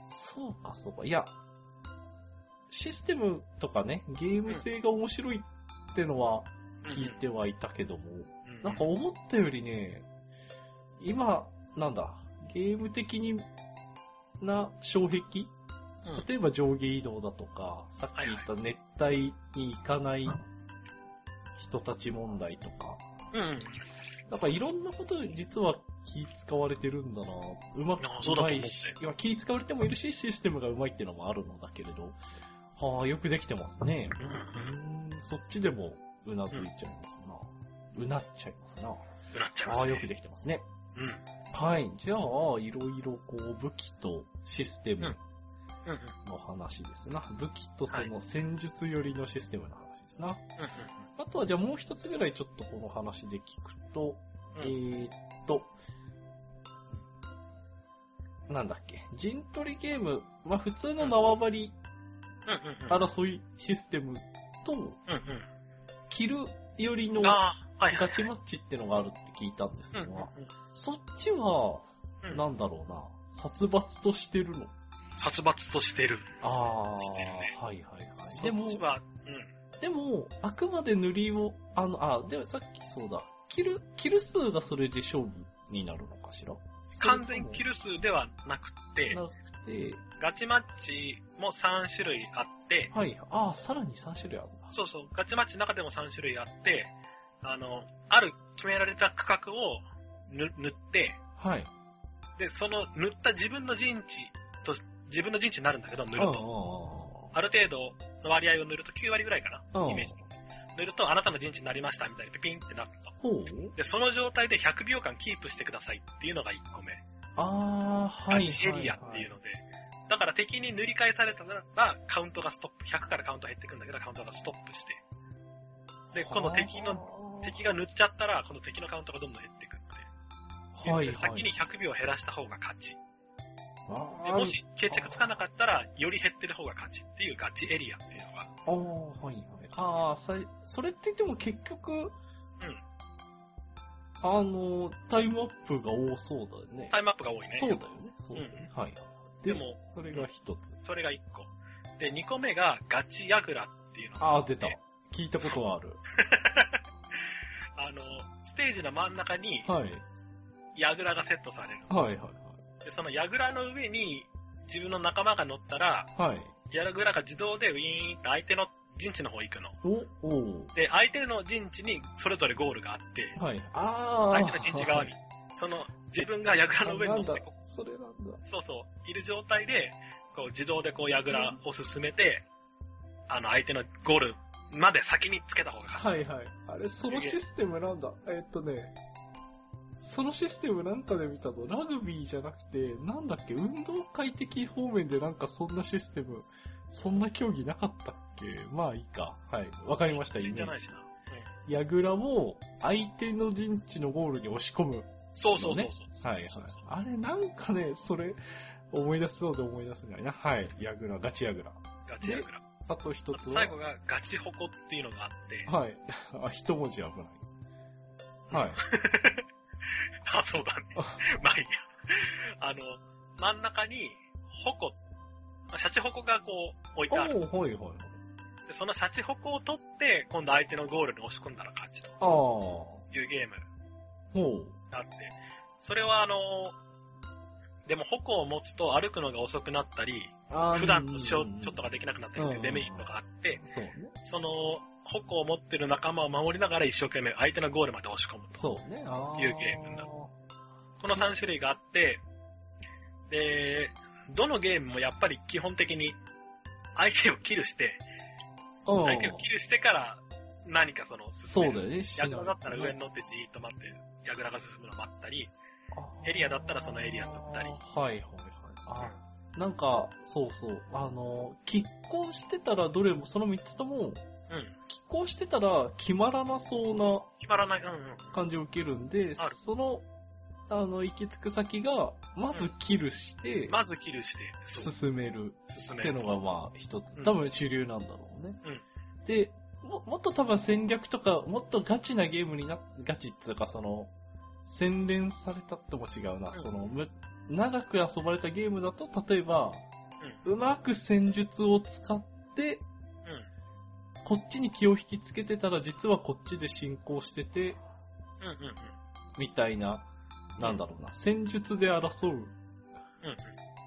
Speaker 1: そうかそうか。いや、システムとかね、ゲーム性が面白いってのは
Speaker 2: うん
Speaker 1: 聞いてはいたけども、
Speaker 2: う
Speaker 1: なんか思ったよりね、今、なんだ、ゲーム的にな障壁
Speaker 2: うん
Speaker 1: 例えば上下移動だとか、さっき言った熱帯に行かない人たち問題とか、
Speaker 2: うん。うん
Speaker 1: なんかいろんなことに実は気使われてるんだなうまく
Speaker 2: いやそうだと思って
Speaker 1: いし、いや気使われてもいるし、システムがうまいっていうのもあるのだけれど、はあ、よくできてますね。
Speaker 2: う
Speaker 1: うー
Speaker 2: ん。
Speaker 1: ん、そっちでもうなずいちゃいますな。うなっちゃいますな。
Speaker 2: うなっちゃいま
Speaker 1: あ
Speaker 2: す
Speaker 1: あ、
Speaker 2: ね。
Speaker 1: よくできてますね。
Speaker 2: うん。うん
Speaker 1: はい。じゃあ、いろいろこう、武器とシステム、
Speaker 2: うんうん。
Speaker 1: の話ですな。武器とその戦術寄りのシステムの話ですな。あとはじゃあもう一つぐらいちょっとこの話で聞くと、
Speaker 2: うんうん。
Speaker 1: えーっと、なんだっけ、陣取りゲーム、まあ普通の縄張り
Speaker 2: うんうんうん。
Speaker 1: 争いシステムと、
Speaker 2: うんうん。
Speaker 1: キル寄りのガ
Speaker 2: ああ、はいはい。
Speaker 1: チマッチってのがあるって聞いたんです
Speaker 2: うん
Speaker 1: が
Speaker 2: う、んうん。
Speaker 1: そっちは、
Speaker 2: うん
Speaker 1: なんだろうな、殺伐としてるの。
Speaker 2: 殺伐としてる。
Speaker 1: ああ、
Speaker 2: してるね
Speaker 1: はいはいはい。でも
Speaker 2: そっ、ちは、うん。
Speaker 1: でも、あくまで塗りを、あの、あ、でもさっきそうだ、キル、キル数がそれで勝負になるのかしら
Speaker 2: 完全キ
Speaker 1: ル
Speaker 2: ル数ではなくて、
Speaker 1: なくて、
Speaker 2: ガチマッチも3種類あって、
Speaker 1: はい、ああ、さらに3種類あるんだ。
Speaker 2: そうそう、ガチマッチの中でも3種類あって、あの、ある決められた区画をぬ塗って、
Speaker 1: はい。
Speaker 2: で、その塗った自分の陣地と、自分の陣地になるんだけど、塗
Speaker 1: う
Speaker 2: る
Speaker 1: んうんうん
Speaker 2: と。ある程度の割合を塗ると9割ぐらいか
Speaker 1: う
Speaker 2: な、
Speaker 1: ん
Speaker 2: イメージ。塗ると、あなたの陣地になりました、みたいにピピンってなると。
Speaker 1: ほう
Speaker 2: で、その状態で100秒間キープしてくださいっていうのが1個目。
Speaker 1: ああ、は
Speaker 2: ガ
Speaker 1: い。
Speaker 2: チエリアっていうので、だから敵に塗り返されたらカウントがストップ、100からカウント減ってくんだけど、カウントがストップして、で、この敵の、
Speaker 1: の
Speaker 2: 敵が塗っちゃったら、この敵のカウントがどんどん減ってくんで、
Speaker 1: はいはい、
Speaker 2: 先に100秒減らした方が勝ち。
Speaker 1: あ
Speaker 2: で
Speaker 1: ー
Speaker 2: もし決着つかなかったら、より減ってる方が勝ちっていうガチエリアっていうのが、
Speaker 1: ああ、はいはい。ああ、さいそれって言っても結局、うん。あの、タイムアップが多そうだよね。
Speaker 2: タイムアップが多いね。
Speaker 1: そうだよね。そうだよね。はい。
Speaker 2: で、も、
Speaker 1: それが一つ。
Speaker 2: それが1個。で、2個目がガチヤグラっていうのが
Speaker 1: ああ、出た。聞いたことはある。
Speaker 2: あの、ステージの真ん中に
Speaker 1: はい。
Speaker 2: ヤグラがセットされる。
Speaker 1: はいはい
Speaker 2: で、そのヤグラの上に自分の仲間が乗ったら、
Speaker 1: はい。はい。
Speaker 2: ヤグラが自動でウィーンって相手の陣地の方行くの。
Speaker 1: お、おう
Speaker 2: で、相手の陣地にそれぞれゴールがあって、
Speaker 1: はい。ああ。
Speaker 2: 相手の陣地側に、その自分がヤグラの上に乗って
Speaker 1: あなんだ
Speaker 2: こう
Speaker 1: それなんだ。
Speaker 2: そうそう、いる状態で、こう自動でこうヤグラを進めて、あの相手のゴールまで先につけた方が勝ち。
Speaker 1: はいはい。あれ、そのシステムなんだ。えっとね、そのシステムなんかで見たぞ。ラグビーじゃなくて、なんだっけ、運動会的方面でなんかそんなシステム、そんな競技なかったっけまあいいか。はい。わかりました、イ
Speaker 2: 死んじ
Speaker 1: メ
Speaker 2: ゃな
Speaker 1: ー
Speaker 2: い
Speaker 1: ジ
Speaker 2: し。な。うん
Speaker 1: ヤグラを相手の陣地のゴールに押し込む。
Speaker 2: そうそうそう
Speaker 1: ね
Speaker 2: そう。
Speaker 1: はいはい。あれ、なんかね、それ、思い出すので思い出せないな。はい。ヤグラ、ガチヤグラ。
Speaker 2: ガチヤグラ。
Speaker 1: あと一
Speaker 2: あと
Speaker 1: つは
Speaker 2: 最後、がガチホコっていうのがあって、
Speaker 1: はい。あ、一文字危ない。はい。
Speaker 2: あ、そうだね。まあいいや。あの、真ん中に、矛、シャチホコがこう置いてある。
Speaker 1: おおはいはい。
Speaker 2: でそのシャチホコを取って、今度相手のゴールに押し込んだら勝ちと
Speaker 1: ああ。ほ
Speaker 2: いうゲーム
Speaker 1: う。
Speaker 2: があって、それはあの、でも矛を持つと歩くのが遅くなったり、
Speaker 1: あ
Speaker 2: 普段としょ
Speaker 1: うんうん
Speaker 2: ちょっとができなくなったりっていうデメリットがあって、
Speaker 1: そうね。
Speaker 2: その、矛を持ってる仲間を守りながら一生懸命相手のゴールまで押し込むと。
Speaker 1: そうね。ああ。
Speaker 2: いうゲームなこの3種類があって、で、どのゲームもやっぱり基本的に相手をキルして、
Speaker 1: うん
Speaker 2: 相手をキルしてから何かその
Speaker 1: そう
Speaker 2: 進
Speaker 1: だ
Speaker 2: める。
Speaker 1: よね。
Speaker 2: ヤグラだったら上に
Speaker 1: の
Speaker 2: 乗ってじーっと待って、ヤグラが進むの待ったり、エリアだったらそのエリアに乗ったり
Speaker 1: はいはいはい。あなんか、そうそう。あの、拮抗してたらどれも、その3つとも、
Speaker 2: うん。
Speaker 1: 拮抗してたら決まらなそうな
Speaker 2: 決まらない。うんうん。
Speaker 1: 感じを受けるんで、
Speaker 2: ある
Speaker 1: その、あの、行き着く先が、まずキルして、
Speaker 2: まずキルして、そう
Speaker 1: 進める。
Speaker 2: 進
Speaker 1: っ
Speaker 2: め
Speaker 1: て
Speaker 2: る。
Speaker 1: のがまあ一つ
Speaker 2: う。ん
Speaker 1: 多分主流なんだろうね。
Speaker 2: うん
Speaker 1: でも、もっと多分戦略とか、もっとガチなゲームにな、ガチっつうかその、洗練されたっても違うな。
Speaker 2: うん
Speaker 1: その、む長く遊ばれたゲームだと、例えば、うまく戦術を使って、
Speaker 2: うん。うん。
Speaker 1: こっちに気を引きつけてたら、実はこっちで進行してて、
Speaker 2: うんうんうん。
Speaker 1: みたいな、なんだろうな、戦術で争う
Speaker 2: うん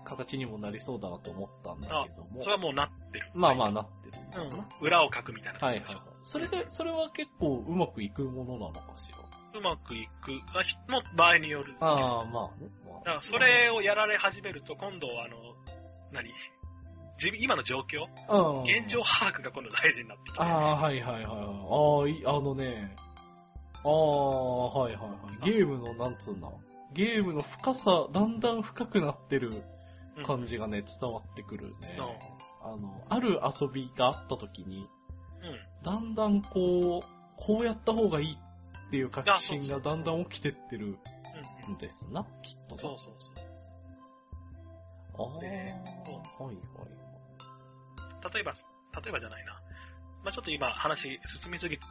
Speaker 1: 形にもなりそうだなと思ったんだけど
Speaker 2: う
Speaker 1: も
Speaker 2: ん。それ、はもうなってる。
Speaker 1: まあまあなってるんだろうな。
Speaker 2: うん。裏を書くみたいな。
Speaker 1: はいはいはい。それで、それは結構うまくいくものなのかしら。
Speaker 2: うまくいく。あひも場合による。
Speaker 1: ああ、まあね。
Speaker 2: だからそれをやられ始めると、今度はあの、何自分今の状況
Speaker 1: を
Speaker 2: 現状把握が今度大事になってきて
Speaker 1: あ。あ、はいはいはいはい。ああ、いあのね。ああ、はいはいはい。ゲームの、なんつうんだ。ゲームの深さ、だんだん深くなってる
Speaker 2: うん
Speaker 1: 感じがね、伝わってくるね
Speaker 2: うん。
Speaker 1: あの、ある遊びがあった時に、
Speaker 2: うん。
Speaker 1: だんだんこう、こうやった方がいいっていう確信
Speaker 2: いやそうそ
Speaker 1: が
Speaker 2: う
Speaker 1: だんだん起きてってる
Speaker 2: うんうん
Speaker 1: んですな、きっとな。
Speaker 2: そうそうそう。
Speaker 1: ああ、
Speaker 2: え
Speaker 1: はいはい。
Speaker 2: 例えば、例えばじゃないな。まあちょっと今話進みすぎた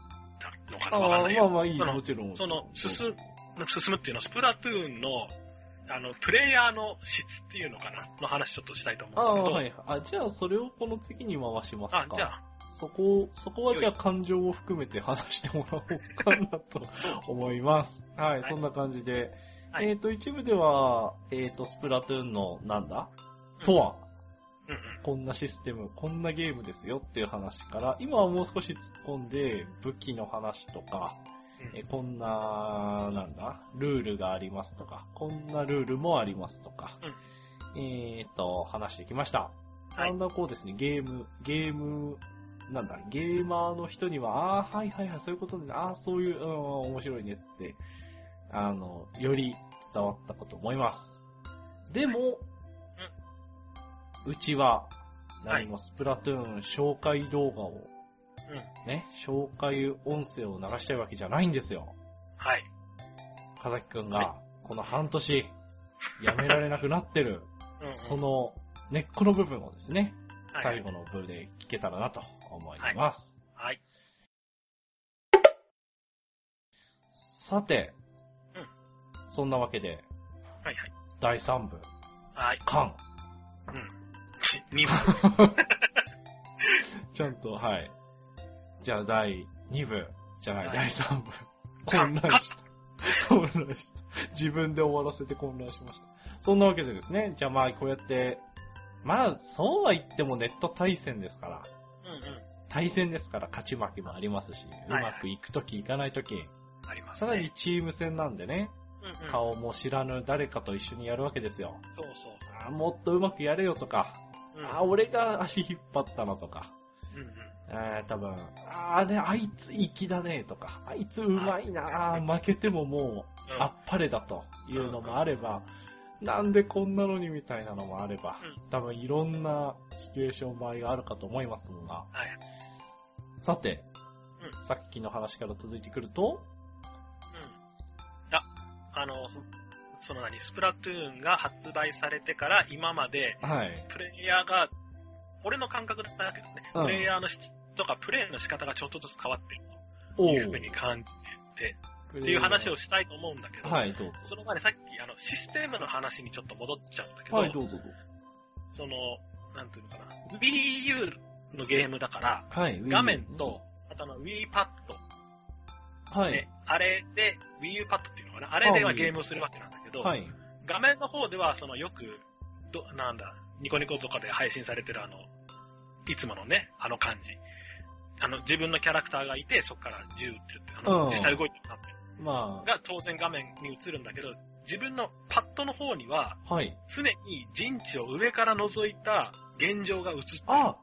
Speaker 2: のかなわかん
Speaker 1: あ
Speaker 2: な
Speaker 1: あ、
Speaker 2: い
Speaker 1: まあ
Speaker 2: よ。
Speaker 1: まあいい、
Speaker 2: その
Speaker 1: もちろん。
Speaker 2: その進進むっていうのは、スプラトゥーンの、あの、プレイヤーの質っていうのかなの話ちょっとしたいと思
Speaker 1: ああ、
Speaker 2: うんだ
Speaker 1: は
Speaker 2: けど。
Speaker 1: い。あ、じゃあそれをこの次に回しますか。
Speaker 2: あ、じゃあ、
Speaker 1: そこ、そこはじゃあ感情を含めて話してもらおうかな
Speaker 2: <laughs>
Speaker 1: と思います。はい、
Speaker 2: い
Speaker 1: そんな感じで。
Speaker 2: はい
Speaker 1: えっ、と、一部では、えっ、と、スプラトゥーンのなんだ、
Speaker 2: うん
Speaker 1: とは、
Speaker 2: うんうん。
Speaker 1: こんなシステム、こんなゲームですよっていう話から、今はもう少し突っ込んで、武器の話とか、
Speaker 2: うん
Speaker 1: えこんな、なんだ、ルールがありますとか、こんなルールもありますとか、えっ、と、話してきました。
Speaker 2: は
Speaker 1: だ
Speaker 2: い
Speaker 1: ん。だんこうですね、ゲーム、ゲーム、なんだ、ゲーマーの人には、ああー、はいはいはい、そういうことね、ああ、そういう、うん、面白いねって、あの、より伝わったかと思います。でも、うちは、何もスプラトゥーン紹介動画を、
Speaker 2: うん。
Speaker 1: ね、紹介音声を流したいわけじゃないんですよ。
Speaker 2: はい。
Speaker 1: かざきくん
Speaker 2: は
Speaker 1: が、この半年、やめられなくなってる、
Speaker 2: <laughs> うんうん
Speaker 1: その、根っこの部分をですね、
Speaker 2: は
Speaker 1: 最
Speaker 2: い。
Speaker 1: 後の部で聞けたらなと思います。
Speaker 2: はい。
Speaker 1: さて、
Speaker 2: うん
Speaker 1: そんなわけで、
Speaker 2: はい。
Speaker 1: 第3部、
Speaker 2: はい。
Speaker 1: 缶。
Speaker 2: うん。2番。
Speaker 1: ちゃんと、はい。じゃあ第2部、じゃない、
Speaker 2: はい
Speaker 1: 第3部。
Speaker 2: 缶
Speaker 1: 混乱した。混乱した。自分で終わらせて混乱しました。そんなわけでですね、じゃあまあこうやって、まあそうは言ってもネット対戦ですから、
Speaker 2: うんうん。
Speaker 1: 対戦ですから勝ち負けもありますし、う
Speaker 2: はい
Speaker 1: まくいくときいかないとき、
Speaker 2: あります
Speaker 1: さ
Speaker 2: ね。
Speaker 1: らにチーム戦なんでね、
Speaker 2: うんうん、
Speaker 1: 顔も知らぬ誰かと一緒にやるわけですよ。
Speaker 2: そうそうそ
Speaker 1: あーもっとうまくやれよとか、
Speaker 2: う。うん、
Speaker 1: あー俺が足引っ張ったのとか、
Speaker 2: うんうん。
Speaker 1: えー、多分あーあれあいつ粋だねとか、あいつうまいな、あー負けてももう
Speaker 2: うん
Speaker 1: あっぱれだというのもあれば、なんでこんなのにみたいなのもあれば
Speaker 2: う、
Speaker 1: 多分いろんなシチュエーション場合があるかと思いますが、
Speaker 2: はい。
Speaker 1: さて、
Speaker 2: う
Speaker 1: さっきの話から続いてくると、
Speaker 2: うん。あ、あの、そその何、スプラトゥーンが発売されてから今まで、
Speaker 1: はい。
Speaker 2: プレイヤーが、俺の感覚だったけどね、
Speaker 1: うん
Speaker 2: プレイヤーの質とかプレイの仕方がちょっとずつ変わってると
Speaker 1: お
Speaker 2: いうふうに感じて、っていう話を
Speaker 1: し
Speaker 2: したいと思うんだけど、
Speaker 1: はい、どうぞ。
Speaker 2: その前にさっき、あの、システムの話にちょっと戻っちゃうんだけど、
Speaker 1: はい、どうぞどうぞ。
Speaker 2: その、なんていうのかな、Wii U のゲームだから、
Speaker 1: はい、
Speaker 2: 画面と、あとあの Wii パッド、
Speaker 1: はい、
Speaker 2: ねあれで、Wii U パッドっていうのかな、あれではゲームをするわけなんだけど、
Speaker 1: はい。
Speaker 2: 画面の方では、そのよく、ど、なんだ、ニコニコとかで配信されてるあの、いつものね、あの感じ。あの、自分のキャラクターがいて、そこから銃撃ってるって、あ
Speaker 1: うん
Speaker 2: の、実際動いてる感
Speaker 1: ま
Speaker 2: じが当然画面に映るんだけど、自分のパッドの方には、
Speaker 1: あ、はい。
Speaker 2: 常に陣地を上から覗いた現状が映ってる。
Speaker 1: あ、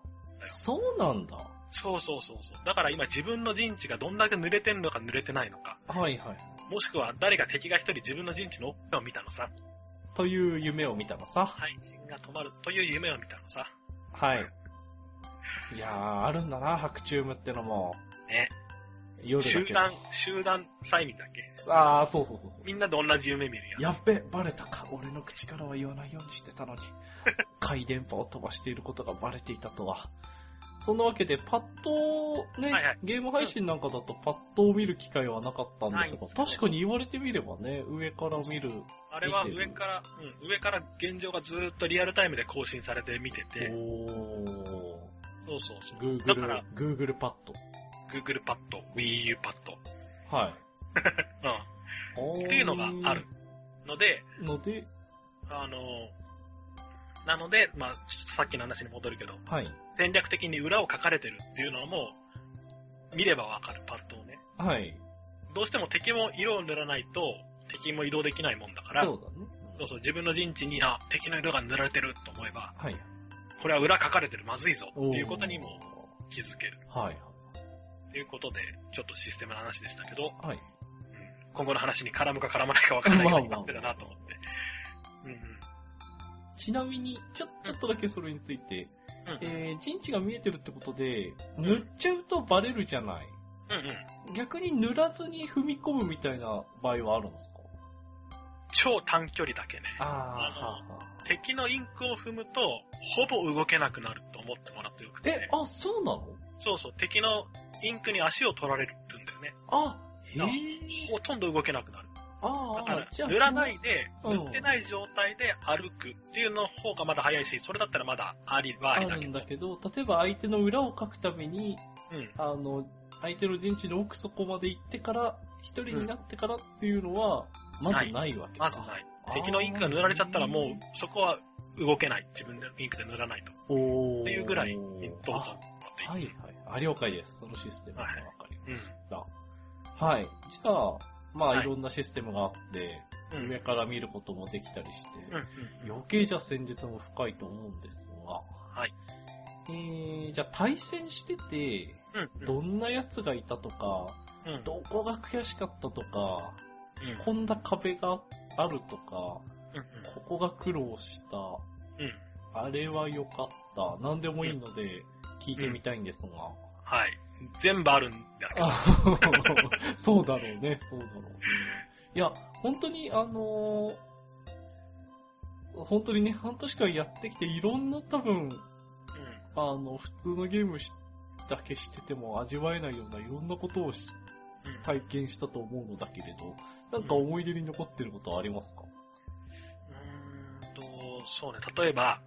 Speaker 1: そうなんだ。
Speaker 2: そうそうそうそう。だから今自分の陣地がどんだけ濡れてんのか濡れてないのか、
Speaker 1: はいはい。
Speaker 2: もしくは誰か敵が一人自分の陣地の奥を見たのさ、
Speaker 1: という夢を見たのさ。
Speaker 2: 配信が止まるという夢を見たのさ、
Speaker 1: はい。いやー、あるんだな、白チュームってのも。
Speaker 2: ね。
Speaker 1: 夜だけど
Speaker 2: 集団、集団催眠だっけ
Speaker 1: あー、そうそうそうそう。
Speaker 2: みんなで同じ夢見るや
Speaker 1: やっべ、バレたか。俺の口からは言わないようにしてたの
Speaker 2: <laughs>
Speaker 1: に。回電波を飛ばしていることがバレていたとは。そんなわけで、パッと、ね、
Speaker 2: はいはい
Speaker 1: ゲーム配信なんかだとパッとを見る機会はなかったんですが、
Speaker 2: ない
Speaker 1: 確かに言われてみればね、上から見る。
Speaker 2: つ。あれは上から、うん、上から現状がずーっとリアルタイムで更新されて見てて、
Speaker 1: お
Speaker 2: そうそうそう。
Speaker 1: ー、
Speaker 2: だから
Speaker 1: Google、Google パッド。
Speaker 2: Google パッド、Wii U パッド、
Speaker 1: はい。
Speaker 2: うん。っていうのがある。ので、
Speaker 1: ので、
Speaker 2: あのなので、まあ、さっきの話に戻るけど、
Speaker 1: はい。
Speaker 2: 戦略的に裏を書かれてるっていうのも、見ればわかる、パッドをね。
Speaker 1: はい。
Speaker 2: どうしても敵も色を塗らないと、敵も移動できないもんだから、
Speaker 1: そうだね。
Speaker 2: そうそう、自分の陣地に、あ、敵の色が塗られてると思えば、
Speaker 1: はい。
Speaker 2: これは裏書かれてる、まずいぞ、っていうことにも気づける。
Speaker 1: はい。
Speaker 2: ということで、ちょっとシステムの話でしたけど、
Speaker 1: はい。
Speaker 2: うん今後の話に絡むか絡まないかわからないけど、
Speaker 1: まあまあ
Speaker 2: 今までだなと思って。うんうん。
Speaker 1: ちなみに、ちょ、ちょっとだけそれについて、
Speaker 2: うん
Speaker 1: えー、陣地が見えてるってことで、塗っちゃうとバレるじゃない。
Speaker 2: うんうん。
Speaker 1: 逆に塗らずに踏み込むみたいな場合はあるんですか
Speaker 2: 超短距離だけね。
Speaker 1: あーはあはあ
Speaker 2: 敵のインクを踏むと、ほぼ動けなくなると思ってもらってよくて、
Speaker 1: え、あ、そうなの
Speaker 2: そうそう、敵のインクに足を取られるんだよね。
Speaker 1: あ、へ
Speaker 2: な
Speaker 1: え。
Speaker 2: ほとんど動けなくなる。だか
Speaker 1: あ
Speaker 2: ら
Speaker 1: あ、じゃ、あ。
Speaker 2: 塗らないで、
Speaker 1: うん
Speaker 2: 塗ってない状態で歩くっていうの方がまだ早いし、それだったらまだありはあ
Speaker 1: あ
Speaker 2: りだけ
Speaker 1: るん
Speaker 2: ど。
Speaker 1: だけど、例えば相手の裏をかくために、
Speaker 2: うん。
Speaker 1: あの、相手の陣地の奥底まで行ってから、一人になってからっていうのは、まずないわけか。
Speaker 2: まずない。
Speaker 1: あー
Speaker 2: 敵のインクが塗られちゃったらもう、そこは動けない。自分でインクで塗らないと。
Speaker 1: おー
Speaker 2: っていうぐらい、どうぞ
Speaker 1: あはいはい。あ、了解です。そのシステムがわ
Speaker 2: はい
Speaker 1: かり
Speaker 2: うん。
Speaker 1: ました。はい。じゃあ、まあ、
Speaker 2: はい
Speaker 1: いろんなシステムがあって、
Speaker 2: うん。
Speaker 1: 上から見ることもできたりして、
Speaker 2: うん。
Speaker 1: 余計じゃ戦術も深いと思うんですが、
Speaker 2: はい。
Speaker 1: えー、じゃあ対戦してて、
Speaker 2: うん。
Speaker 1: どんな奴がいたとか、
Speaker 2: うん。
Speaker 1: どこが悔しかったとか、
Speaker 2: うん。
Speaker 1: こんな壁があるとか、
Speaker 2: うん。
Speaker 1: ここが苦労した、
Speaker 2: うん。
Speaker 1: あれは良かった、なんでもいいので聞いてみたいんですが。
Speaker 2: はい。全部あるん
Speaker 1: <laughs>
Speaker 2: だけど。
Speaker 1: あそうだろうね、そうだろうね。いや、本当にあのー本当にね、半年間やってきて、いろんな多分、
Speaker 2: う
Speaker 1: あの、普通のゲームしだけしてても味わえないような、いろんなことをし
Speaker 2: ん。うん
Speaker 1: 体験したと思うのだけれど、なんか思い出に残ってることはありますか
Speaker 2: うーんと、そうね、例えば、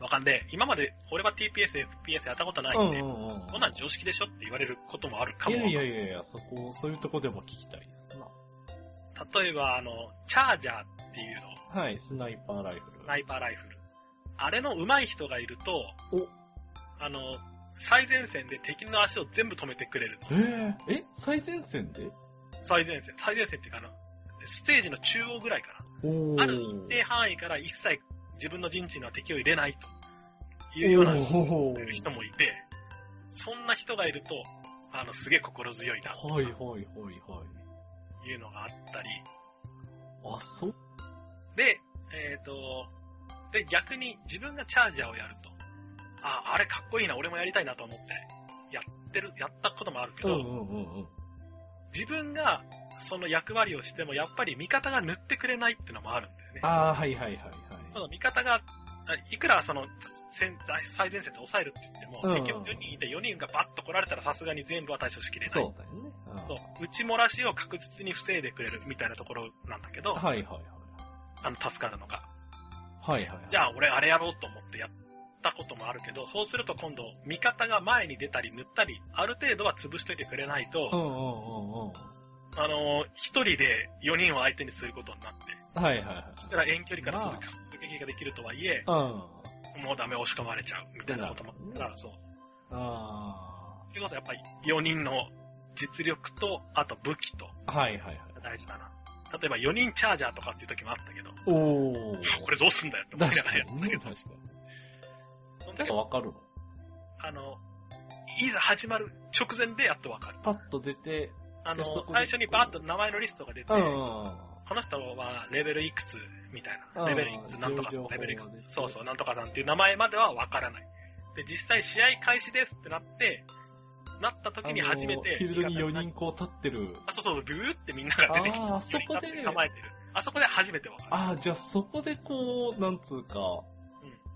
Speaker 2: わかんねえ。今まで俺は TPS、FPS やったことないんで、
Speaker 1: んうん
Speaker 2: こんなん常識でしょって言われることもあるか
Speaker 1: い
Speaker 2: も。
Speaker 1: やいやいやいや、そこ、そういうとこでも聞きたいですな。
Speaker 2: 例えば、あの、チャージャーっていうの、
Speaker 1: はい、スナイパーライフル。
Speaker 2: スナイパーライフル。あれの上手い人がいると、
Speaker 1: お
Speaker 2: あの、最前線で敵の足を全部止めてくれるの。
Speaker 1: えー、え、最前線で
Speaker 2: 最前線。最前線っていうかあの、ステージの中央ぐらいか
Speaker 1: おー
Speaker 2: な。ある一定範囲から一切自分の陣地には敵を入れないというような
Speaker 1: おー
Speaker 2: 人もいて、そんな人がいると、あの、すげえ心強いな、
Speaker 1: はいはいはいはい。
Speaker 2: というのがあったり、
Speaker 1: あ、そう
Speaker 2: で、えっ、と、で、逆に自分がチャージャーをやると、あ、あれかっこいいな、俺もやりたいなと思って、やってる、やったこともあるけ
Speaker 1: うん
Speaker 2: ど、
Speaker 1: うんうんうん。
Speaker 2: 自分がその役割をしても、やっぱり味方が塗ってくれないっていうのもあるんだよね。
Speaker 1: あーはいはいはい
Speaker 2: そ
Speaker 1: はい。
Speaker 2: の味方が、あいくらその、先最前線で抑えるって言っても、
Speaker 1: うん
Speaker 2: 敵を4人いて4人がバッと来られたらさすがに全部は対処しきれない。
Speaker 1: そうだよね。あー
Speaker 2: そう内漏らしを確実に防いでくれるみたいなところなんだけど、
Speaker 1: はいはいはい。
Speaker 2: あの、助かるのが。
Speaker 1: はいはいはい。
Speaker 2: じゃあ、俺あれやろうと思ってやったこともあるけど、そうすると今度、味方が前に出たり塗ったり、ある程度は潰しといてくれない
Speaker 1: うん
Speaker 2: と、
Speaker 1: うんうんうん。
Speaker 2: あのー一人で4人を相手にすることになって、
Speaker 1: はいはいはい。
Speaker 2: だから遠距離から
Speaker 1: まあ
Speaker 2: 続く続撃ができるとはいえ、
Speaker 1: うん。あ
Speaker 2: もうダメ押し込まれちゃうみたいなことも
Speaker 1: うん
Speaker 2: だからそう。
Speaker 1: あ
Speaker 2: ということはやっぱり4人の実力と、あと武器と、
Speaker 1: ー。はいはいはい。
Speaker 2: 大事だな。例えば4人チャージャーとかっていう時もあったけど、
Speaker 1: おー。
Speaker 2: これどうすんだよって思いな
Speaker 1: 確
Speaker 2: が
Speaker 1: から
Speaker 2: やった
Speaker 1: に
Speaker 2: け
Speaker 1: ね、
Speaker 2: ど
Speaker 1: 確か、
Speaker 2: その
Speaker 1: に。
Speaker 2: 時
Speaker 1: かわかるの
Speaker 2: あの、いざ始まる直前でやっとわかる。
Speaker 1: パッと出て、
Speaker 2: あ
Speaker 1: で
Speaker 2: の
Speaker 1: そこ、で
Speaker 2: 最初にバーッと名前のリストが出て、
Speaker 1: うんうん
Speaker 2: こ
Speaker 1: うん。
Speaker 2: の人はレベルいくつみたいうな。
Speaker 1: ん
Speaker 2: レベルいくつ、なんとか
Speaker 1: 情報、
Speaker 2: レベルいく
Speaker 1: が出て
Speaker 2: つ、そうそう、なんとかさんっていう名前まではわからない。で、実際試合開始ですってなって、なった時に初め
Speaker 1: あの
Speaker 2: て、
Speaker 1: フィールドに4
Speaker 2: 味方が
Speaker 1: 人こう立ってる。
Speaker 2: あ、そうそう、ビューってみんなが出てきて、
Speaker 1: あーあそこで
Speaker 2: 四人立って構えてる。あそこで初めてわかる。
Speaker 1: ああ、じゃあそこでこう、なんつうか、
Speaker 2: ん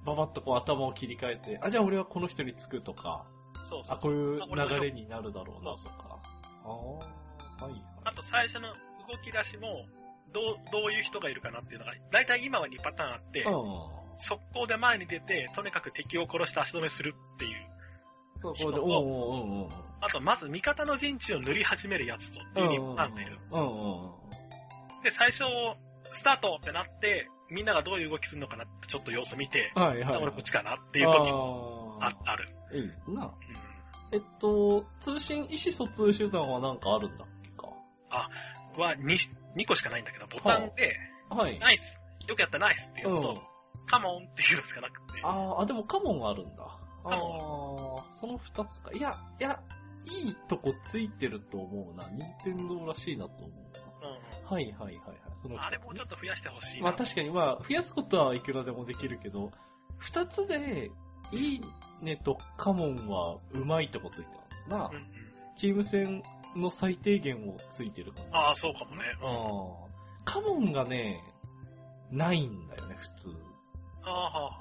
Speaker 1: ばばっとこう頭を切り替えて、あ、じゃあ俺はこの人につくとか、
Speaker 2: そうそ
Speaker 1: あ、
Speaker 2: う。
Speaker 1: こういう
Speaker 2: あ俺の
Speaker 1: 流れになるだろうなとか。ああ、はいはい。
Speaker 2: あと最初の動き出しも、どう、どういう人がいるかなっていうのが、だいたい今は2パターンあって、
Speaker 1: うん。
Speaker 2: 速攻で前に出て、とにかく敵を殺して足止めするっていう。
Speaker 1: そう、こ
Speaker 2: 人
Speaker 1: れで、
Speaker 2: と
Speaker 1: おうんうんうんうん。
Speaker 2: あと、まず味方の陣地を塗り始めるやつと、っていう
Speaker 1: うん
Speaker 2: に
Speaker 1: うんうん。
Speaker 2: パンがいる。
Speaker 1: うんうんうん。
Speaker 2: で、最初、スタートってなって、みんながどういう動きするのかなって、ちょっと様子見て、
Speaker 1: はいはい。
Speaker 2: 俺こっちかなって
Speaker 1: て
Speaker 2: いう時も
Speaker 1: あ
Speaker 2: あ
Speaker 1: ー
Speaker 2: ある。
Speaker 1: いいですな。
Speaker 2: うん
Speaker 1: えっと、通信、意思疎通手段はなんかあるんだっけか。
Speaker 2: は 2, 2個しかないんだけど、ボタンで、
Speaker 1: はい。
Speaker 2: ナイスよくやったナイスっていう
Speaker 1: う
Speaker 2: の
Speaker 1: ん
Speaker 2: と、。カモンっていうのしかなくて。
Speaker 1: あーあ、でもカモンがあるんだ。あ
Speaker 2: カ
Speaker 1: あ、その二つか。いや、いや、いいとこついてると思うな。任天堂らしいなと思う
Speaker 2: うん
Speaker 1: な。はいはいはいはい。その
Speaker 2: あれもうちょ
Speaker 1: っ
Speaker 2: っと増やしてほしい
Speaker 1: ま
Speaker 2: な。
Speaker 1: あ確かにまあ、増やすことはいくらでもできるけど、二つで、いいねとカモンはうまいとこついてますな。
Speaker 2: うんうん
Speaker 1: チーム戦の最低限をついてるかな。
Speaker 2: ああ、そうかもね。
Speaker 1: あーカモンがね、ないんだよね、普通。
Speaker 2: ああ、は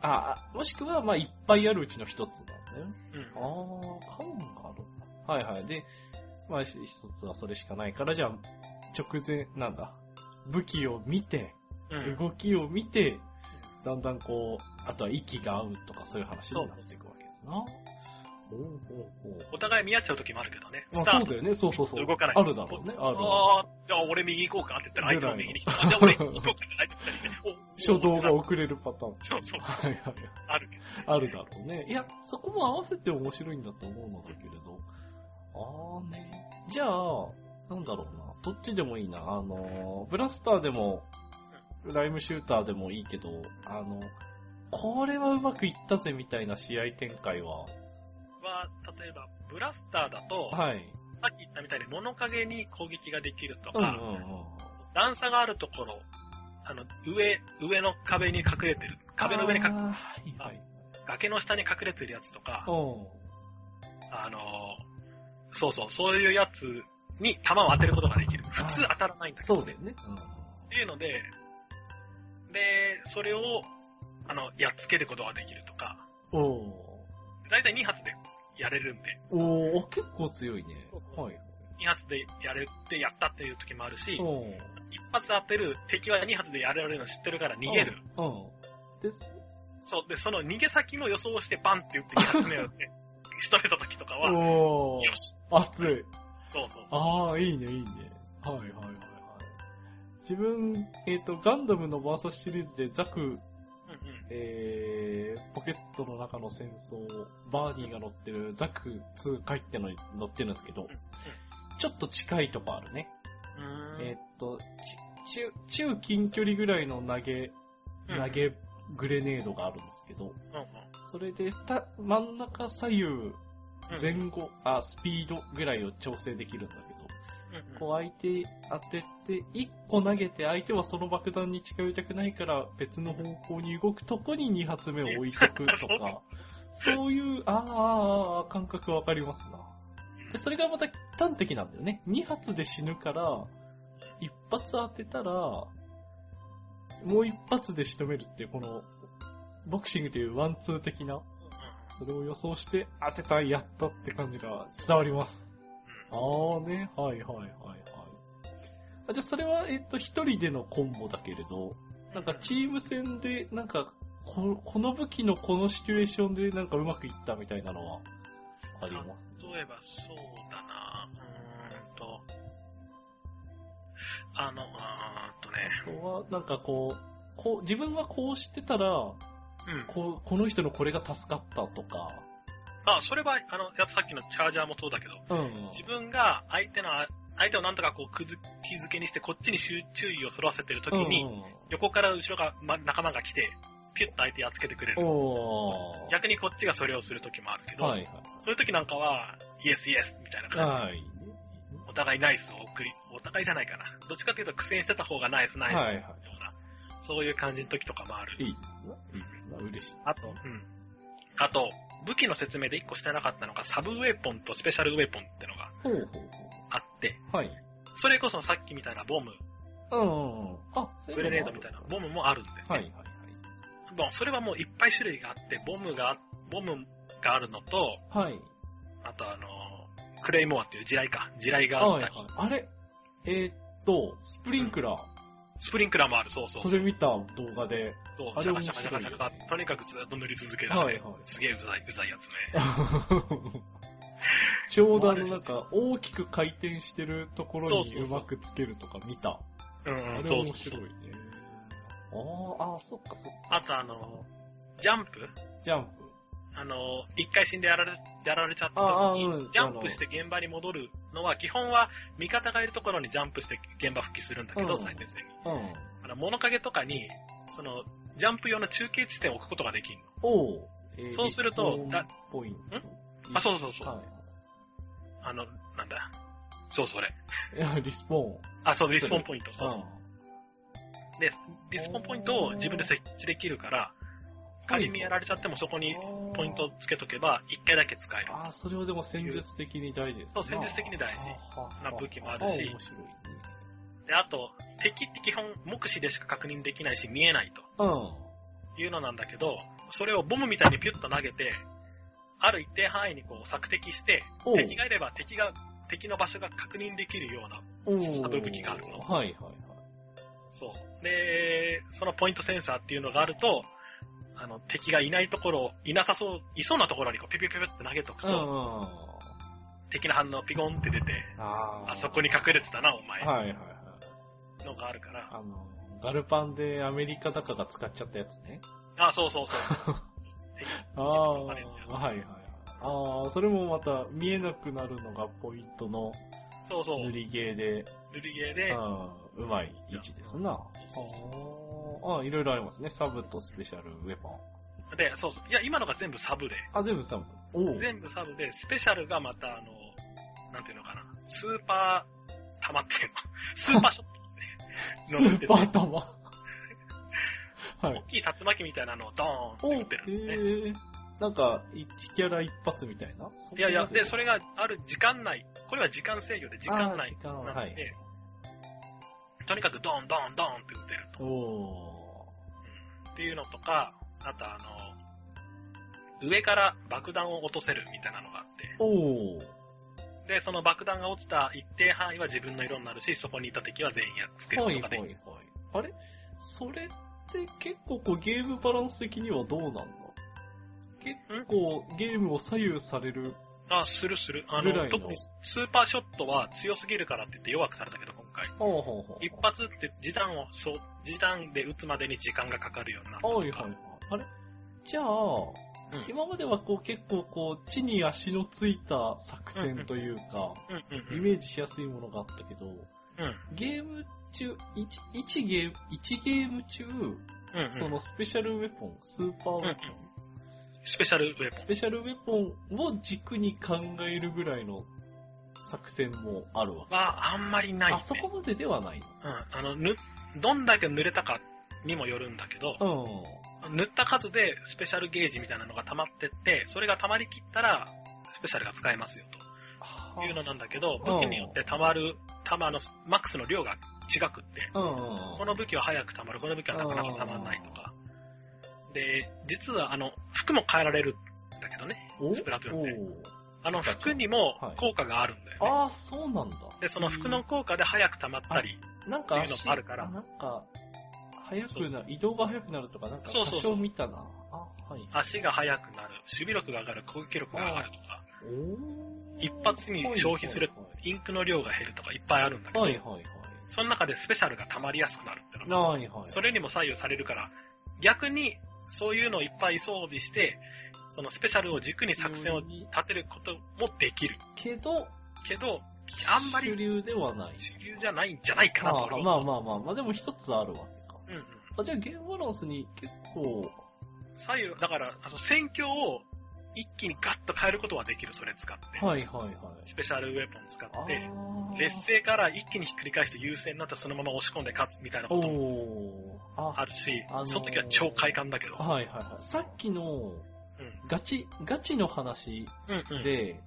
Speaker 2: あ、はあ。
Speaker 1: あ、もしくは、まあ、いっぱいあるうちの一つなんだよね。
Speaker 2: うん。
Speaker 1: ああ、缶があるのかはいはい。で、まあ、し一つはそれしかないから、じゃあ、直前、なんだ、武器を見て、
Speaker 2: うん。
Speaker 1: 動きを見て、だんだんこう、あとは息が合うとかそういう話になっていくわけですな。おうおうおう
Speaker 2: お互い見合っちゃう時もあるけどね。
Speaker 1: ま
Speaker 2: ス
Speaker 1: あ
Speaker 2: タ
Speaker 1: そう
Speaker 2: ー
Speaker 1: だ
Speaker 2: ト。
Speaker 1: よね、そうそうそう。
Speaker 2: 動かない
Speaker 1: あるだろうね、あるだろ
Speaker 2: ああ、じゃあ俺右行こうかって言ったら相手も右に来た。あじゃあ俺行こうかって相手も左に来て。
Speaker 1: う。 <laughs> 初動が
Speaker 2: おお
Speaker 1: 遅れるパターン。
Speaker 2: そうそう
Speaker 1: はいはいはい。
Speaker 2: あるけど。
Speaker 1: あるだろうね。いや、そこも合わせて面白いんだと思うのだけれど。あーね。じゃあ、なんだろうな。どっちでもいいな。あのー、ブラスターでも、ライムシューターでもいいけど、あの、これはうまくいったぜみたいな試合展開は、
Speaker 2: は、例えば、ブラスターだと、
Speaker 1: はい。
Speaker 2: さっき言ったみたいに物陰に攻撃ができると
Speaker 1: うんうん
Speaker 2: か、段差があるところ、あの、上、上の壁に隠れてる、壁の上に
Speaker 1: か
Speaker 2: 隠
Speaker 1: はいはい。
Speaker 2: 崖の下に隠れてるやつとか、
Speaker 1: うん。
Speaker 2: あのーそうそう、そういうやつに弾を当てることができる。普通当たらないんだけど
Speaker 1: そうだよね。
Speaker 2: っていうので、で、それを、あの、やっつけることができるとか、
Speaker 1: うん。お
Speaker 2: 大体2発でやれるんで、
Speaker 1: ーおー結構強いね。
Speaker 2: そうそう
Speaker 1: はい。
Speaker 2: 2発でやれてやったっていう時もあるし、
Speaker 1: うん。
Speaker 2: 1発当てる敵は2発でやられるの知ってるから逃げる。
Speaker 1: うん。うん。で、
Speaker 2: そう、で、その逃げ先の予想をしてバンって打って2発目を打って、 <laughs> 仕留めた時とかは、よ
Speaker 1: おお
Speaker 2: し
Speaker 1: 熱い。
Speaker 2: そうそう。
Speaker 1: ああ、いいね、いいね。はいはいはいはい。自分、えっ、と、ガンダムの VS シリーズでザク、
Speaker 2: うんうん。
Speaker 1: えー、ポケットの中の戦争、バーニーが乗ってるザク2回ってのに乗ってるんですけど、ちょっと近いとこあるね。
Speaker 2: うーん
Speaker 1: えっ、と、ち中、中近距離ぐらいの投げ、
Speaker 2: うん
Speaker 1: 投げグレネードがあるんですけど、
Speaker 2: うんうん
Speaker 1: それでた、真ん中左右、
Speaker 2: うん
Speaker 1: 前後、あ、スピードぐらいを調整できるんだけど、
Speaker 2: うんうん
Speaker 1: こう相手当てて、1個投げて相手はその爆弾に近寄りたくないから別の方向に動くとこに2発目を置いてくと
Speaker 2: <laughs>
Speaker 1: か、そういう、あーあーあー感覚わかりますな。で、それがまた端的なんだよね。2発で死ぬから、1発当てたら、もう1発で仕留めるっていう、この、ボクシングというワンツー的な、それを予想して当てた、やったって感じが伝わります。ああね、はいはいはいはい。あじゃあそれは、えっと、一人でのコンボだけれど、なんかチーム戦で、なんかこ、この武器のこのシチュエーションでなんかうまくいったみたいなのは、あります。
Speaker 2: 例えばそうだなうーんとあのうーんとね
Speaker 1: あとは、なんかこう、こう、自分はこうしてたら、
Speaker 2: うん
Speaker 1: こう、この人のこれが助かったとか、
Speaker 2: あそれはあのやっぱさっきのチャージャーもそうだけど
Speaker 1: うん。
Speaker 2: 自分が相手のあ相手をなんとかこうくず気づけにしてこっちに集注意をそらせてる時に、
Speaker 1: うん
Speaker 2: 横から後ろが、ま、仲間が来てピュッと相手やっつけてくれ
Speaker 1: うん、
Speaker 2: る
Speaker 1: おー
Speaker 2: 逆にこっちがそれをする時もあるけど、
Speaker 1: はい
Speaker 2: そういう時なんかはイエスイエスみたいな
Speaker 1: はい。
Speaker 2: 感じで
Speaker 1: はい。
Speaker 2: お互いナイスを送り、お互いじゃないかな。どっちかというと苦戦してた方がナイスナイス
Speaker 1: はい
Speaker 2: よ
Speaker 1: うはい
Speaker 2: な、そういう感じの時とかもある。
Speaker 1: いいですね。いいですね。嬉しい。
Speaker 2: あと、うん。あと、武器の説明で1個してなかったのが、サブウェポンとスペシャルウェポンってのが
Speaker 1: ほうほう
Speaker 2: あって、
Speaker 1: ほう。はい。
Speaker 2: それこそさっきみたいなボム、
Speaker 1: うんうんうん。あ、そういう
Speaker 2: グレネー
Speaker 1: の
Speaker 2: ド
Speaker 1: も
Speaker 2: みたいな
Speaker 1: ある
Speaker 2: ボムもあるんで、ね
Speaker 1: はいはいはい。
Speaker 2: もうそれはもういっぱい種類があって、ボムが、ボムがあるのと、
Speaker 1: はい。
Speaker 2: あとあのークレイモアっていう地雷か。地雷があ
Speaker 1: は
Speaker 2: っ
Speaker 1: い
Speaker 2: た
Speaker 1: はい
Speaker 2: り、。
Speaker 1: あれえーっと、スプリンクラー。
Speaker 2: スプリンクラーもある、そうそう。
Speaker 1: それ見た動画で。
Speaker 2: そう
Speaker 1: あ
Speaker 2: シ
Speaker 1: れ面
Speaker 2: ャカシ
Speaker 1: 白
Speaker 2: ャ
Speaker 1: い
Speaker 2: カシャカシャカ、とにかくずっと塗り続ける、
Speaker 1: はいはい
Speaker 2: すげえうざい、うざいや
Speaker 1: <laughs>
Speaker 2: つね。
Speaker 1: ちょうどあのなんか大きく回転してるところ
Speaker 2: そう
Speaker 1: に
Speaker 2: そう
Speaker 1: う
Speaker 2: そう
Speaker 1: まくつけるとか見た。
Speaker 2: うん
Speaker 1: あ
Speaker 2: うん、
Speaker 1: れ
Speaker 2: そう
Speaker 1: 面
Speaker 2: そう
Speaker 1: 白
Speaker 2: そ。
Speaker 1: いうね。あーあー、そっかそっか。
Speaker 2: あとあの、ジャンプ
Speaker 1: ジャンプ。
Speaker 2: あの、一回死んでやられ、やられちゃった
Speaker 1: ああ
Speaker 2: 時
Speaker 1: う
Speaker 2: に
Speaker 1: ん、
Speaker 2: ジャンプして現場に戻るのは、基本は味方がいるところにジャンプして現場復帰するんだけ
Speaker 1: うん
Speaker 2: ど、最前線に。
Speaker 1: うん。
Speaker 2: あの、物陰とかに、その、ジャンプ用の中継地点を置くことができる
Speaker 1: おう。えー
Speaker 2: そうすると
Speaker 1: リスポーンポイント。
Speaker 2: の。あ、そうそうそう。
Speaker 1: は
Speaker 2: あの、なんだ。そうそれ。
Speaker 1: い。いや、リスポ
Speaker 2: あ、そう、リスポーンポイント。
Speaker 1: ーン。
Speaker 2: そうで、リスポーンポイントを自分で設置できるから、仮にやられちゃってもそこに
Speaker 1: うん。
Speaker 2: ポイントをつけとけば、一回だけ使える。
Speaker 1: ああ、それはでも戦術的に大事ですね。
Speaker 2: そう戦術的に大事
Speaker 1: あー
Speaker 2: な武器もあるし
Speaker 1: ー面白いね。
Speaker 2: で、あと、敵って基本目視でしか確認できないし見えないと。
Speaker 1: うん。
Speaker 2: いうのなんだけど、それをボムみたいにピュッと投げて、ある一定範囲にこう索敵して、
Speaker 1: おう
Speaker 2: 敵がいれば敵が、敵の場所が確認できるような、
Speaker 1: お
Speaker 2: サブ武器がある
Speaker 1: は
Speaker 2: の
Speaker 1: いはいはい。
Speaker 2: そう。で、そのポイントセンサーっていうのがあると、あの、敵がいないところ、いなさそう、いそうなところにこうピュピュピュピュって投げとくと、
Speaker 1: うん。
Speaker 2: 敵の反応ピゴンって出て、
Speaker 1: あー
Speaker 2: あそこに隠れてたな、お前。
Speaker 1: はいはいはい。
Speaker 2: のがあるから。
Speaker 1: あの、ガルパンでアメリカだかが使っちゃったやつね。
Speaker 2: あ、そうそうそう。
Speaker 1: ああ、はいはいはい。ああ、それもまた見えなくなるのがポイントの
Speaker 2: そうそう。
Speaker 1: 塗
Speaker 2: 塗
Speaker 1: りゲーで、
Speaker 2: りゲーで、
Speaker 1: あーうまい位置ですな。
Speaker 2: そうそう
Speaker 1: あーあー、いろいろありますね。サブとスペシャル、ウェポン。
Speaker 2: で、そうそう。いや、今のが全部サブで。
Speaker 1: あ、全部サブ。おう
Speaker 2: 全部サブで、スペシャルがまた、あの、なんていうのかな、スーパー、溜まっ
Speaker 1: <laughs>
Speaker 2: てるの。スーパーショッ
Speaker 1: ス
Speaker 2: トの
Speaker 1: ーパー <laughs> 玉。はい
Speaker 2: 大。きい竜巻みたいなのをドーンって
Speaker 1: お
Speaker 2: 撃ってるんで、ね。
Speaker 1: えー、なんか、1キャラ一発みたいな。
Speaker 2: いやいや、で、そ
Speaker 1: れ、
Speaker 2: れがある時間内、これは時間制御で時間
Speaker 1: あー
Speaker 2: 内
Speaker 1: 時間
Speaker 2: な
Speaker 1: は
Speaker 2: ので、
Speaker 1: はい
Speaker 2: とにかくドーンドーンドーンって撃てると。
Speaker 1: おお
Speaker 2: っていうのとか、あとあの、上から爆弾を落とせるみたいなのがあって、
Speaker 1: ーおー
Speaker 2: で、その爆弾が落ちた一定範囲は自分の色になるし、そこにいた敵は全員やっつける
Speaker 1: は
Speaker 2: こ
Speaker 1: い
Speaker 2: と
Speaker 1: は
Speaker 2: が
Speaker 1: い
Speaker 2: で
Speaker 1: は
Speaker 2: き
Speaker 1: い
Speaker 2: る。。
Speaker 1: あれそれって結構こうゲームバランス的にはどうなんだ結構ゲームを左右される。
Speaker 2: あ、するする。あ
Speaker 1: ぐらいの
Speaker 2: の、特にスーパーショットは強すぎるからって言って弱くされたけど、今回。
Speaker 1: はあはあはあ
Speaker 2: 一発って時短を、そう、時短で打つまでに時間がかかるようになったとか。
Speaker 1: はいはいはい。あれじゃあ、
Speaker 2: うん
Speaker 1: 今まではこう結構こう地に足のついた作戦というか、
Speaker 2: うんうん
Speaker 1: イ
Speaker 2: うん。
Speaker 1: メージしやすいものがあったけど、
Speaker 2: うん
Speaker 1: ゲーム中、一一ゲーム、一ゲーム中、
Speaker 2: うんうん
Speaker 1: そのスペシャルウェポン、スーパーウェポン、
Speaker 2: スペシャルウェポン
Speaker 1: ス。ペシャルウェポンを軸に考えるぐらいの作戦もあるわけ。
Speaker 2: は、あんまりない、ね。
Speaker 1: あそこまでではない
Speaker 2: うん。あの、ぬ、どんだけ濡れたかにもよるんだけど、
Speaker 1: の。
Speaker 2: 塗った数でスペシャルゲージみたいなのが溜まってって、それが溜まりきったら、スペシャルが使えますよというのなんだけど、
Speaker 1: あ
Speaker 2: 武器によって溜まる、弾のマックスの量が違くって、
Speaker 1: うん。うんうん。
Speaker 2: この武器は早く溜まる、この武器はなかなか溜まらないとか。で、実はあの、服も変えられるんだけどね。
Speaker 1: お
Speaker 2: スプラトゥーンで
Speaker 1: お
Speaker 2: あの、服にも効果があるんだよね。
Speaker 1: ああ、そうなんだ。
Speaker 2: で、その服の効果で早く溜まったり、
Speaker 1: なんか
Speaker 2: っていうの
Speaker 1: 足、
Speaker 2: もあるから
Speaker 1: なんか、速
Speaker 2: そう
Speaker 1: く
Speaker 2: そ
Speaker 1: な、移動が速くなるとか、なんか
Speaker 2: そ
Speaker 1: 多
Speaker 2: うそうそう
Speaker 1: 少見たな。あ、はい。
Speaker 2: 足が速くなる、守備力が上がる、攻撃力が上がるとか、
Speaker 1: おー
Speaker 2: 一発に消費する
Speaker 1: はい
Speaker 2: インクの量が減るとかいっぱいあるんだけど、
Speaker 1: はいはい。
Speaker 2: その中でスペシャルが溜まりやすくなるってのが、
Speaker 1: はいはい。
Speaker 2: それにも左右されるから、逆にそういうのをいっぱい装備して、そのスペシャルを軸に作戦を立
Speaker 1: に
Speaker 2: てることもできる
Speaker 1: けど、
Speaker 2: けど、あんまり
Speaker 1: 主流ではない。
Speaker 2: 主流じゃないんじゃないかな
Speaker 1: ま
Speaker 2: と
Speaker 1: あ
Speaker 2: 俺は
Speaker 1: まあまあまあ、まあでも一つあるわけか。
Speaker 2: うんうん、
Speaker 1: あじゃあゲームバランスに結構、
Speaker 2: 左右、だから、あの戦況を一気にガッと変えることはできる、それ使って。
Speaker 1: はいはいはい。
Speaker 2: スペシャルウェポン使
Speaker 1: あ
Speaker 2: って、
Speaker 1: ー
Speaker 2: 劣勢から一気にひっくり返して優勢になってそのまま押し込んで勝つみたいなことも
Speaker 1: おーあ
Speaker 2: あるし、
Speaker 1: あのー
Speaker 2: その時は超快感だけど。
Speaker 1: はいはいはい。さっきの
Speaker 2: うん
Speaker 1: ガチ、ガチの話
Speaker 2: うんうん
Speaker 1: で、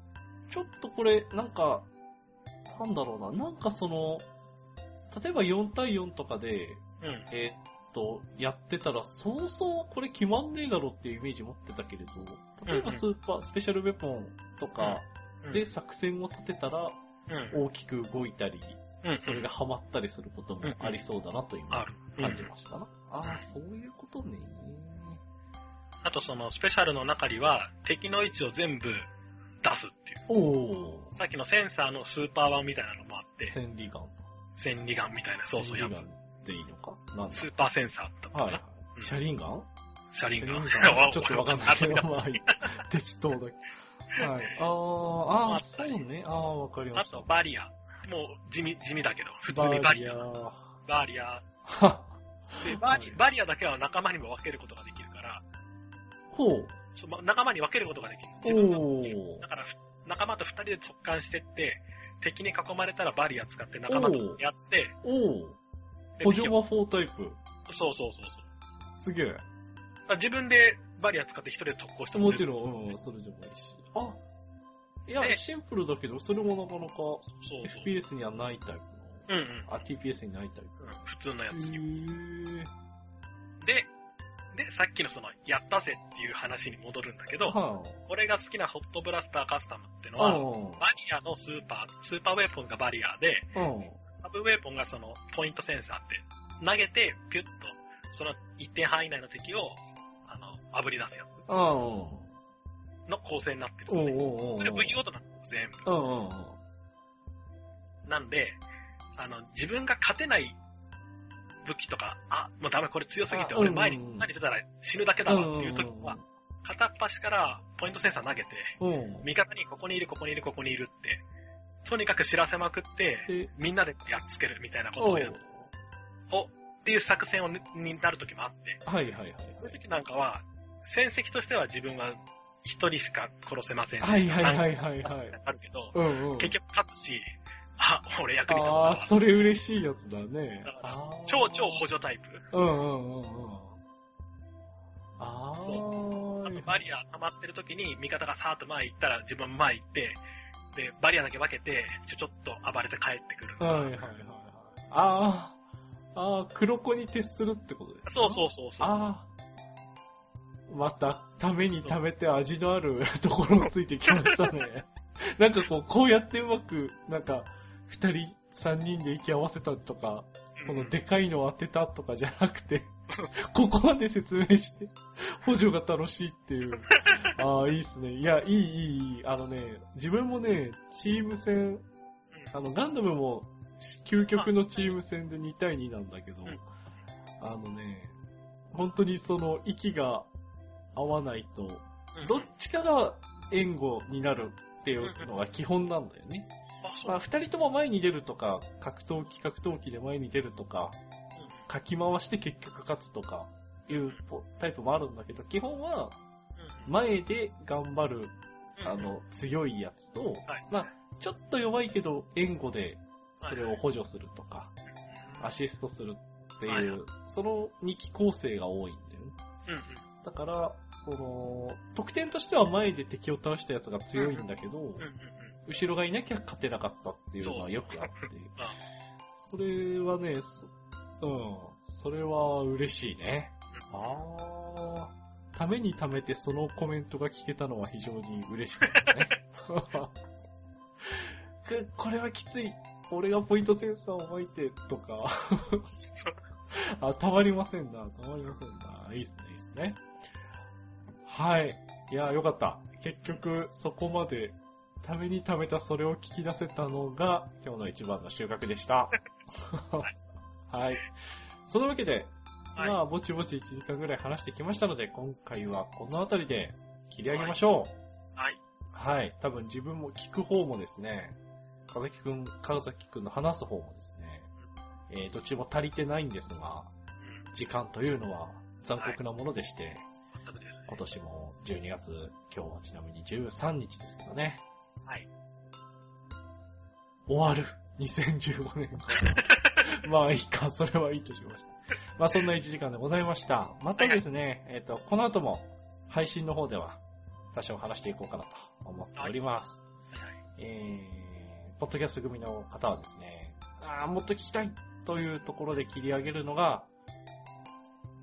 Speaker 1: ちょっとこれ、なんか、なんだろうな、なんかその、例えば4対4とかで、
Speaker 2: うん
Speaker 1: えーっと、やってたら、そうそうこれ決まんねえだろっていうイメージ持ってたけれど、例えばスーパー、スペシャルウェポンとか
Speaker 2: うん
Speaker 1: で作戦を立てたら、
Speaker 2: うん
Speaker 1: 大きく動いたり、
Speaker 2: うん
Speaker 1: それがハマったりすることもありそうだなという
Speaker 2: ある。
Speaker 1: 感じ
Speaker 2: うん
Speaker 1: ましたな。ああ、そういうことね。
Speaker 2: あとそのスペシャルの中には敵の位置を全部出すってい
Speaker 1: お
Speaker 2: う。
Speaker 1: お、
Speaker 2: さっきのセンサーのスーパー版みたいなのもあって、
Speaker 1: 千里眼。
Speaker 2: 千里眼みたいな、そうそうや
Speaker 1: 千
Speaker 2: つ
Speaker 1: 里。眼でいいのかなんだ
Speaker 2: スーパーセンサーだったかな。
Speaker 1: はい。
Speaker 2: うん
Speaker 1: 車輪眼
Speaker 2: 車輪眼。 <laughs>
Speaker 1: ちょっとわかんないけど、まあ、はい適当だけど。はい。あーあー、そうね。ああ、わかりま
Speaker 2: あ
Speaker 1: した
Speaker 2: と。バリア。もう地味、地味だけど、普通にバリア。
Speaker 1: は
Speaker 2: バリア。
Speaker 1: は
Speaker 2: でバリバリアだけは仲間にも分けることができるから、
Speaker 1: ほう。
Speaker 2: そうま仲間に分けることができる。自分が
Speaker 1: お
Speaker 2: だから、ふ仲間と二人で突貫してって、敵に囲まれたらバリア使って仲間とやって、
Speaker 1: おお
Speaker 2: で
Speaker 1: 補助は4タイプ。
Speaker 2: そうそうそうそう。
Speaker 1: すげえ。
Speaker 2: だから自分でバリア使って一人で特攻して
Speaker 1: も
Speaker 2: 全
Speaker 1: ち
Speaker 2: 然
Speaker 1: ろん、うん、それでもいいし。あ、い
Speaker 2: で
Speaker 1: や、シンプルだけど、それもなかなか
Speaker 2: そうそう。
Speaker 1: FPS にはないタイプ
Speaker 2: うんうん。
Speaker 1: あ、TPS にないタイプ。
Speaker 2: うん普通のや
Speaker 1: へ
Speaker 2: つに。
Speaker 1: ー
Speaker 2: で、で、さっきのその、やったぜっていう話に戻るんだけど、
Speaker 1: は
Speaker 2: 俺が好きなホットブラスターカスタムっての
Speaker 1: あ。う
Speaker 2: は、
Speaker 1: ん。
Speaker 2: バリアのスーパー、スーパーウェポンがバリアで、
Speaker 1: うん。
Speaker 2: サブウェポンがその、ポイントセンサーって、投げて、ピュッと、その一定範囲内の敵を、あの、炙り出すやつ
Speaker 1: うん。お
Speaker 2: の構成になってる
Speaker 1: うんん
Speaker 2: で、
Speaker 1: おうおう
Speaker 2: それ武器ごとなの、全部。
Speaker 1: うんうんうん。
Speaker 2: なんで、あの、自分が勝てない武器とか、あ、もうダメ、これ強すぎて、
Speaker 1: あ
Speaker 2: 俺前に、
Speaker 1: うんうんうん
Speaker 2: 前に出たら死ぬだけだわっていう時は、片っ端からポイントセンサー投げて、
Speaker 1: うん。
Speaker 2: 味方にここにいる、ここにいる、ここにいるって、とにかく知らせまくって、
Speaker 1: で、
Speaker 2: みんなでやっつけるみたいなこと
Speaker 1: お
Speaker 2: を
Speaker 1: う
Speaker 2: やるおっていう作戦をねになる時もあって、
Speaker 1: はいはいはい。
Speaker 2: そういう時なんかは、戦績としては自分は一人しか殺せませんで
Speaker 1: はい
Speaker 2: した。
Speaker 1: はいはい
Speaker 2: 三
Speaker 1: はい
Speaker 2: 人殺
Speaker 1: は
Speaker 2: せ
Speaker 1: い
Speaker 2: な。かったけど、
Speaker 1: うんうん。
Speaker 2: 結局勝つし、あ、俺役に立った
Speaker 1: ああー、。
Speaker 2: わ
Speaker 1: それ嬉しいやつだね
Speaker 2: だか。ら
Speaker 1: あー
Speaker 2: 超超補助タイプ。
Speaker 1: うんうんうんうん。あー
Speaker 2: あとバリア溜まってる時に味方がさーっと前行ったら自分前行って、で、バリアだけ分けて、ちょ、ちょっと暴れて帰ってくる。
Speaker 1: はいはいはいはい。ああ、ああ、黒子に徹するってことですか。
Speaker 2: そうそううそうそう。
Speaker 1: ああ、また、ために貯めて味のある <laughs> ところをついてきましたね。 <laughs> なんかこう、こうやってうまく、なんか、二人、三人で息合わせたとか、このでかいのを当てたとかじゃなくて、 <laughs> ここまで説明して、 <laughs> 補助が楽しいっていう。ああ、いいっすね。いや、いい、いい、いい。あのね、自分もね、チーム戦、あの、ガンダムも、究極のチーム戦で2対2なんだけど
Speaker 2: うん、
Speaker 1: あのね、本当にその、息が合わないと、
Speaker 2: うん
Speaker 1: どっちかが援護になるっていうのが基本なんだよね。
Speaker 2: あ、そう
Speaker 1: まあ、2人とも前に出るとか、格闘機、格闘機で前に出るとか、
Speaker 2: う
Speaker 1: かき回して結局勝つとかいうポタイプもあるんだけど、基本は
Speaker 2: んうん
Speaker 1: 前で頑張る、
Speaker 2: うん
Speaker 1: あの、強いやつと、
Speaker 2: はい
Speaker 1: まあ、ちょっと弱いけど援護でそれを
Speaker 2: はい
Speaker 1: 補助するとか、アシストするって
Speaker 2: はい
Speaker 1: い、
Speaker 2: はいう
Speaker 1: その2期構成が多いんだよね。
Speaker 2: うんうん
Speaker 1: だから、その、得点としては前で敵を倒したやつが強いんだけど、
Speaker 2: うんうん
Speaker 1: 後ろがいなきゃ勝てなかったっていうのはよ
Speaker 2: <laughs>
Speaker 1: くあって、
Speaker 2: あ
Speaker 1: それはね、そうん、それは嬉しいね。ああ、ためにためてそのコメントが聞けたのは非常に嬉しかった
Speaker 2: <laughs>
Speaker 1: ね。 <laughs> くこれはきつい。俺がポイントセンサーを巻いてとか。あ、たまりませんな。たまりませんな。いいっすね、いいっすね。はい。いや、よかった。結局、そこまで、ためにためたそれを聞き出せたのが、今日の一番の収穫でした。 <laughs> はい。そのわけで、
Speaker 2: うんはい
Speaker 1: まあ、ぼちぼち1時間ぐらい話してきましたので、今回はこの辺りで切り上げましょ
Speaker 2: はい。
Speaker 1: う。はい。多分自分も聞く方もですね、かざきくん、かざきくんの話す方もですね、えー、どっちも足りてないんですが、
Speaker 2: うん
Speaker 1: 時間というのは残酷なものでして、
Speaker 2: 全くですね
Speaker 1: 今年も12月、今日はちなみに13日ですけどね、
Speaker 2: はい。
Speaker 1: 終わる。2015年から。まあいいか、それはいいとしました。まあそんな1時間でございました。またですね、えっ、と、この後も配信の方では多少話していこうかなと思っております。えー、ポッドキャスト組の方はですね、あーもっと聞きたいというところで切り上げるのが、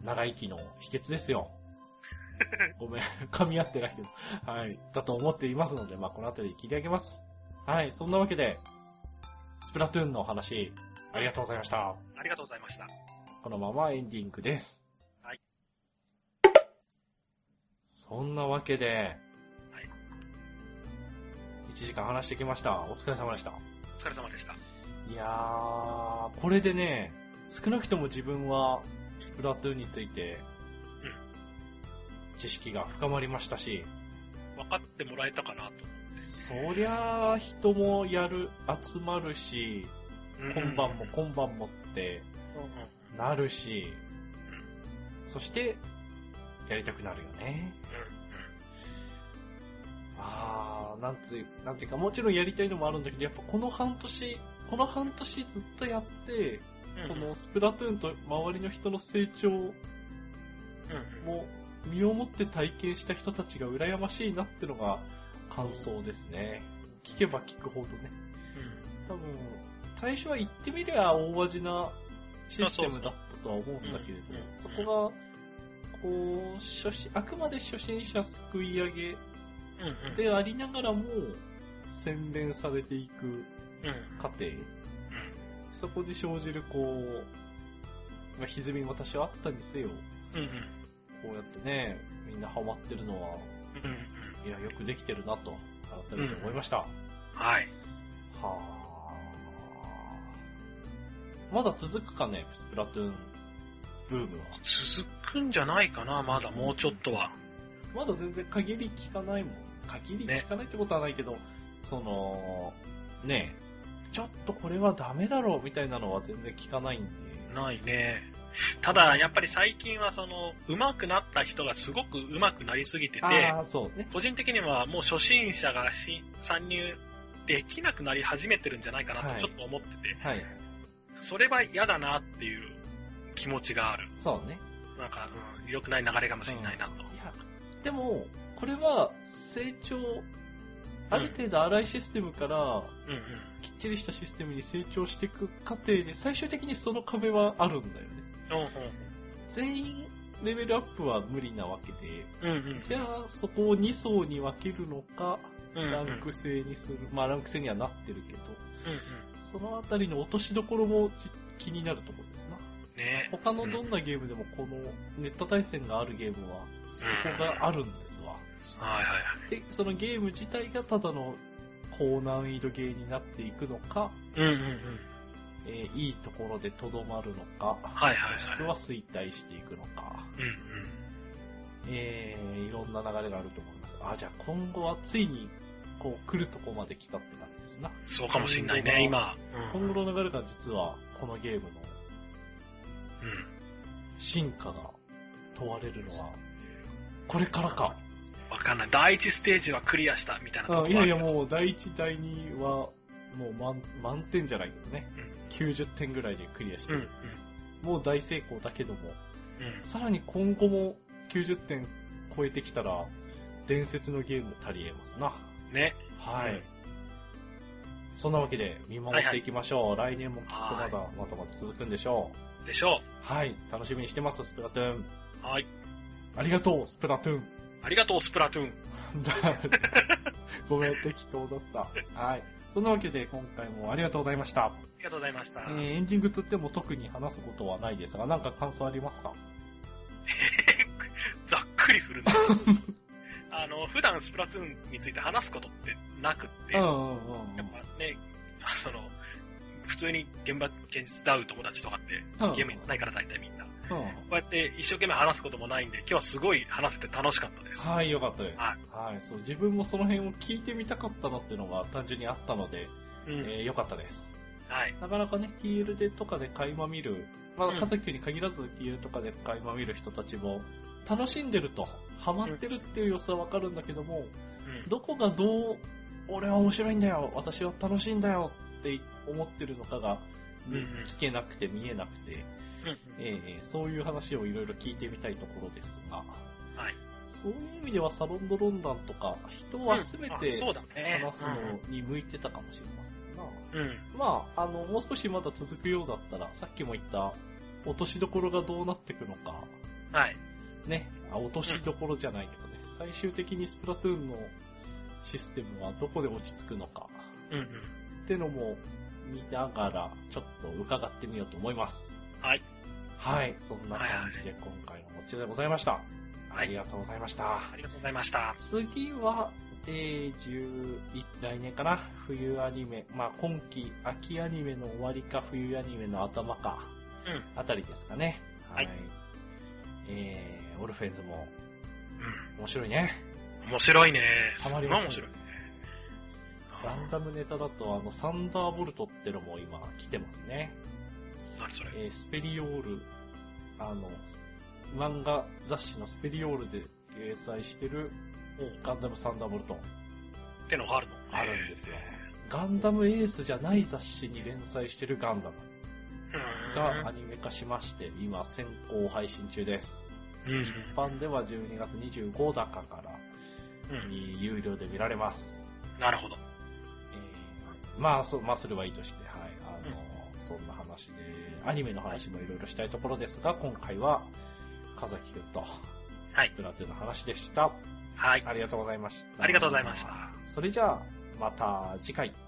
Speaker 1: 長生きの秘訣ですよ。ごめん、噛み合ってないけど、はい、だと思っていますので、まあ、この辺りで切り上げます。はい、そんなわけで、スプラトゥーンのお話、ありがとうございました。
Speaker 2: ありがとうございました。
Speaker 1: このままエンディングです。
Speaker 2: はい。
Speaker 1: そんなわけで、1時間話してきました。お疲れ様でした。
Speaker 2: お疲れ様でした。
Speaker 1: いやー、これでね、少なくとも自分は、スプラトゥーンについて、知識が深まりましたし、
Speaker 2: 分かってもらえたかなと。
Speaker 1: そりゃあ人もやる、集まるし、今晩も
Speaker 2: うん
Speaker 1: 今晩もって
Speaker 2: う
Speaker 1: なるし、そして、やりたくなるよね。
Speaker 2: ん
Speaker 1: あー、なんつう、なんていうか、もちろんやりたいのもあるんだけど、やっぱこの半年、この半年ずっとやって、
Speaker 2: うん。
Speaker 1: こ
Speaker 2: うんうん
Speaker 1: のスプラトゥーンと周りの人の成長
Speaker 2: うん
Speaker 1: もう身をもって体験した人たちが羨ましいなってのが感想ですね。聞けば聞くほどね。
Speaker 2: う
Speaker 1: 多
Speaker 2: ん
Speaker 1: 分、最初は言ってみりゃ大味なシステムだったとは思うんだけれど
Speaker 2: あ、
Speaker 1: そ
Speaker 2: そう
Speaker 1: こが、こう、初心、あくまで初心者すくい上げ
Speaker 2: うんうん。
Speaker 1: でありながらも、洗練されていく
Speaker 2: うん。
Speaker 1: 過程、
Speaker 2: う
Speaker 1: そこで生じる、こう、まあ、歪みも多少あったにせよ、
Speaker 2: ん。うん
Speaker 1: こうやってね、みんなハマってるのは、
Speaker 2: うん。うんうん。
Speaker 1: いや、よくできてるなと、改めて思いました。
Speaker 2: はい。
Speaker 1: はあ。まだ続くかね、スプラトゥーンブームは。
Speaker 2: 続くんじゃないかな、まだもうちょっとは。
Speaker 1: まだ全然限り聞かないもん。限り聞かないってことはないけど、その、ねえ、ちょっとこれはダメだろうみたいなのは全然聞かないんで。
Speaker 2: ないね。ただ、やっぱり最近はその、上手くなった人がすごく上手くなりすぎてて、
Speaker 1: ああ、そうね。
Speaker 2: 個人的にはもう初心者がし参入できなくなり始めてるんじゃないかな
Speaker 1: はい
Speaker 2: とちょっと思ってて、
Speaker 1: はい。
Speaker 2: それは嫌だなっていう気持ちがある。
Speaker 1: そうね。
Speaker 2: なんか、うん、良くない流れかもしれないなと。
Speaker 1: いや、でも、これは成長、ある程度荒いシステムから、
Speaker 2: うんうん。
Speaker 1: きっちりしたシステムに成長していく過程で、最終的にその壁はあるんだよね。全員レベルアップは無理なわけで、
Speaker 2: うんうん。うんうん。
Speaker 1: じゃあそこを2層に分けるのか、
Speaker 2: うんうん、
Speaker 1: ランク制にする、まあランク制にはなってるけど、
Speaker 2: うん
Speaker 1: そのあたりの落としどころもじ気になるところですな。
Speaker 2: うん。ね
Speaker 1: 他のどんなゲームでもこのネット対戦があるゲームは、そこがあるんですわ。
Speaker 2: はいはいはい。
Speaker 1: で、そのゲーム自体がただの高難易度ゲーになっていくのか、
Speaker 2: うんうんうん。
Speaker 1: えーいいところでとどまるのか、
Speaker 2: はいはいはい
Speaker 1: もしくは衰退していくのか、
Speaker 2: うんうん。
Speaker 1: えーいろんな流れがあると思います。あ、じゃあ今後はついに、こう、来るとこまで来たって感じですな。
Speaker 2: そうかもしんないね、今。うん。
Speaker 1: 今後の流れが実は、このゲームの
Speaker 2: うん。
Speaker 1: 進化が問われるのは、これからか。
Speaker 2: わかんない。第一ステージはクリアしたみたいなとこ
Speaker 1: あいやいや、もう、第1、第2は、もう満、満点じゃないけどね。90点ぐらいでクリアして
Speaker 2: うんうん
Speaker 1: る、。もう大成功だけども、
Speaker 2: うん。
Speaker 1: さらに今後も90点超えてきたら、伝説のゲーム足りえますな。
Speaker 2: ね。
Speaker 1: はい。
Speaker 2: うん
Speaker 1: そんなわけで、見守っていきましょう。来年もきっとまだ、まだまだ続くんでしょう。
Speaker 2: でしょ
Speaker 1: はい。楽しみにしてます、スプラトゥーン。
Speaker 2: う。はい。
Speaker 1: ありがとう、スプラトゥーン。 <laughs>
Speaker 2: ありがとう、スプラトゥーン。
Speaker 1: ごめん、適当だった。はい。そんなわけで、今回もありがとうございました。
Speaker 2: ありがとうございました。
Speaker 1: えーエンディングつっても特に話すことはないですが、なんか感想ありますか
Speaker 2: <laughs> ざっくり振るな。 <laughs> あの、普段スプラトゥーンについて話すことってなくって、
Speaker 1: うんう
Speaker 2: やっ
Speaker 1: んうんう
Speaker 2: ぱね、その、普通に現場、現実で会う友達とかって、
Speaker 1: ん。
Speaker 2: ゲームやってないから大体みんな。こ
Speaker 1: うんうん
Speaker 2: うやって一生懸命話すこともないんで、今日はすごい話せて楽しかったです。
Speaker 1: はい、よかったです。
Speaker 2: は
Speaker 1: はい、そう、自分もその辺を聞いてみたかったなっていうのが単純にあったので、
Speaker 2: うん。
Speaker 1: えーよかったです。
Speaker 2: はい。
Speaker 1: なかなかね、TL でとかで垣間見る、ま
Speaker 2: う
Speaker 1: あ、
Speaker 2: ん
Speaker 1: 家族に限らず TL とかで垣間見る人たちも、楽しんでると、ハマってるっていう様子はわかるんだけども、
Speaker 2: うん
Speaker 1: どこがどう、俺は面白いんだよ、私は楽しいんだよって思ってるのかが、
Speaker 2: うんうん
Speaker 1: 聞けなくて見えなくて、
Speaker 2: うん
Speaker 1: えーそういう話をいろいろ聞いてみたいところですが、
Speaker 2: はい。
Speaker 1: そういう意味ではサロンドロンダンとか、人を集め
Speaker 2: うん
Speaker 1: て
Speaker 2: あそうだね。
Speaker 1: 話すのに向いてたかもしれませんな。
Speaker 2: うん。うん。
Speaker 1: まあ、あの、もう少しまだ続くようだったら、さっきも言った、落としどころがどうなっていくのか、
Speaker 2: はい。
Speaker 1: ね、あ落としどころじゃないけどね、最終的にスプラトゥーンのシステムはどこで落ち着くのか、
Speaker 2: うんうん。
Speaker 1: ってのも見ながら、ちょっと伺ってみようと思います。
Speaker 2: はい。
Speaker 1: はい、そんな感じで今回のこちらでございました。ありがとうございました。
Speaker 2: ありがとうございました。
Speaker 1: 次は、えー、10い来年かな冬アニメ。まあ、今季、秋アニメの終わりか、冬アニメの頭か、
Speaker 2: うん。
Speaker 1: あたりですかね。
Speaker 2: はい
Speaker 1: えー、オルフェンズも、
Speaker 2: う
Speaker 1: 面白いね。
Speaker 2: ん。面白いね。
Speaker 1: た
Speaker 2: す
Speaker 1: ま
Speaker 2: ごい
Speaker 1: りま
Speaker 2: 面
Speaker 1: せん
Speaker 2: 白い。
Speaker 1: ガンダムネタだと、あの、サンダーボルトってのも今、来てますね。
Speaker 2: 何それ。
Speaker 1: えースペリオール、あの、漫画雑誌のスペリオールで掲載してる、ガンダムサンダーボルト。
Speaker 2: 手のあるの
Speaker 1: あるんですよ。ガンダムエースじゃない雑誌に連載してるガンダム
Speaker 2: うん
Speaker 1: がアニメ化しまして、今先行配信中です。
Speaker 2: うんうん
Speaker 1: 一般では12月25だかから
Speaker 2: うん
Speaker 1: に有料で見られます。
Speaker 2: なるほど。
Speaker 1: えーまあ、そう、まあ、それはいいとして、はい。あの、そんな話で、アニメの話もいろいろしたいところですが、今回は、風木くんと、
Speaker 2: はい。
Speaker 1: プラトゥーンの話でした。
Speaker 2: はい。
Speaker 1: ありがとうございました。
Speaker 2: ありがとうございました。
Speaker 1: それじゃあ、また次回。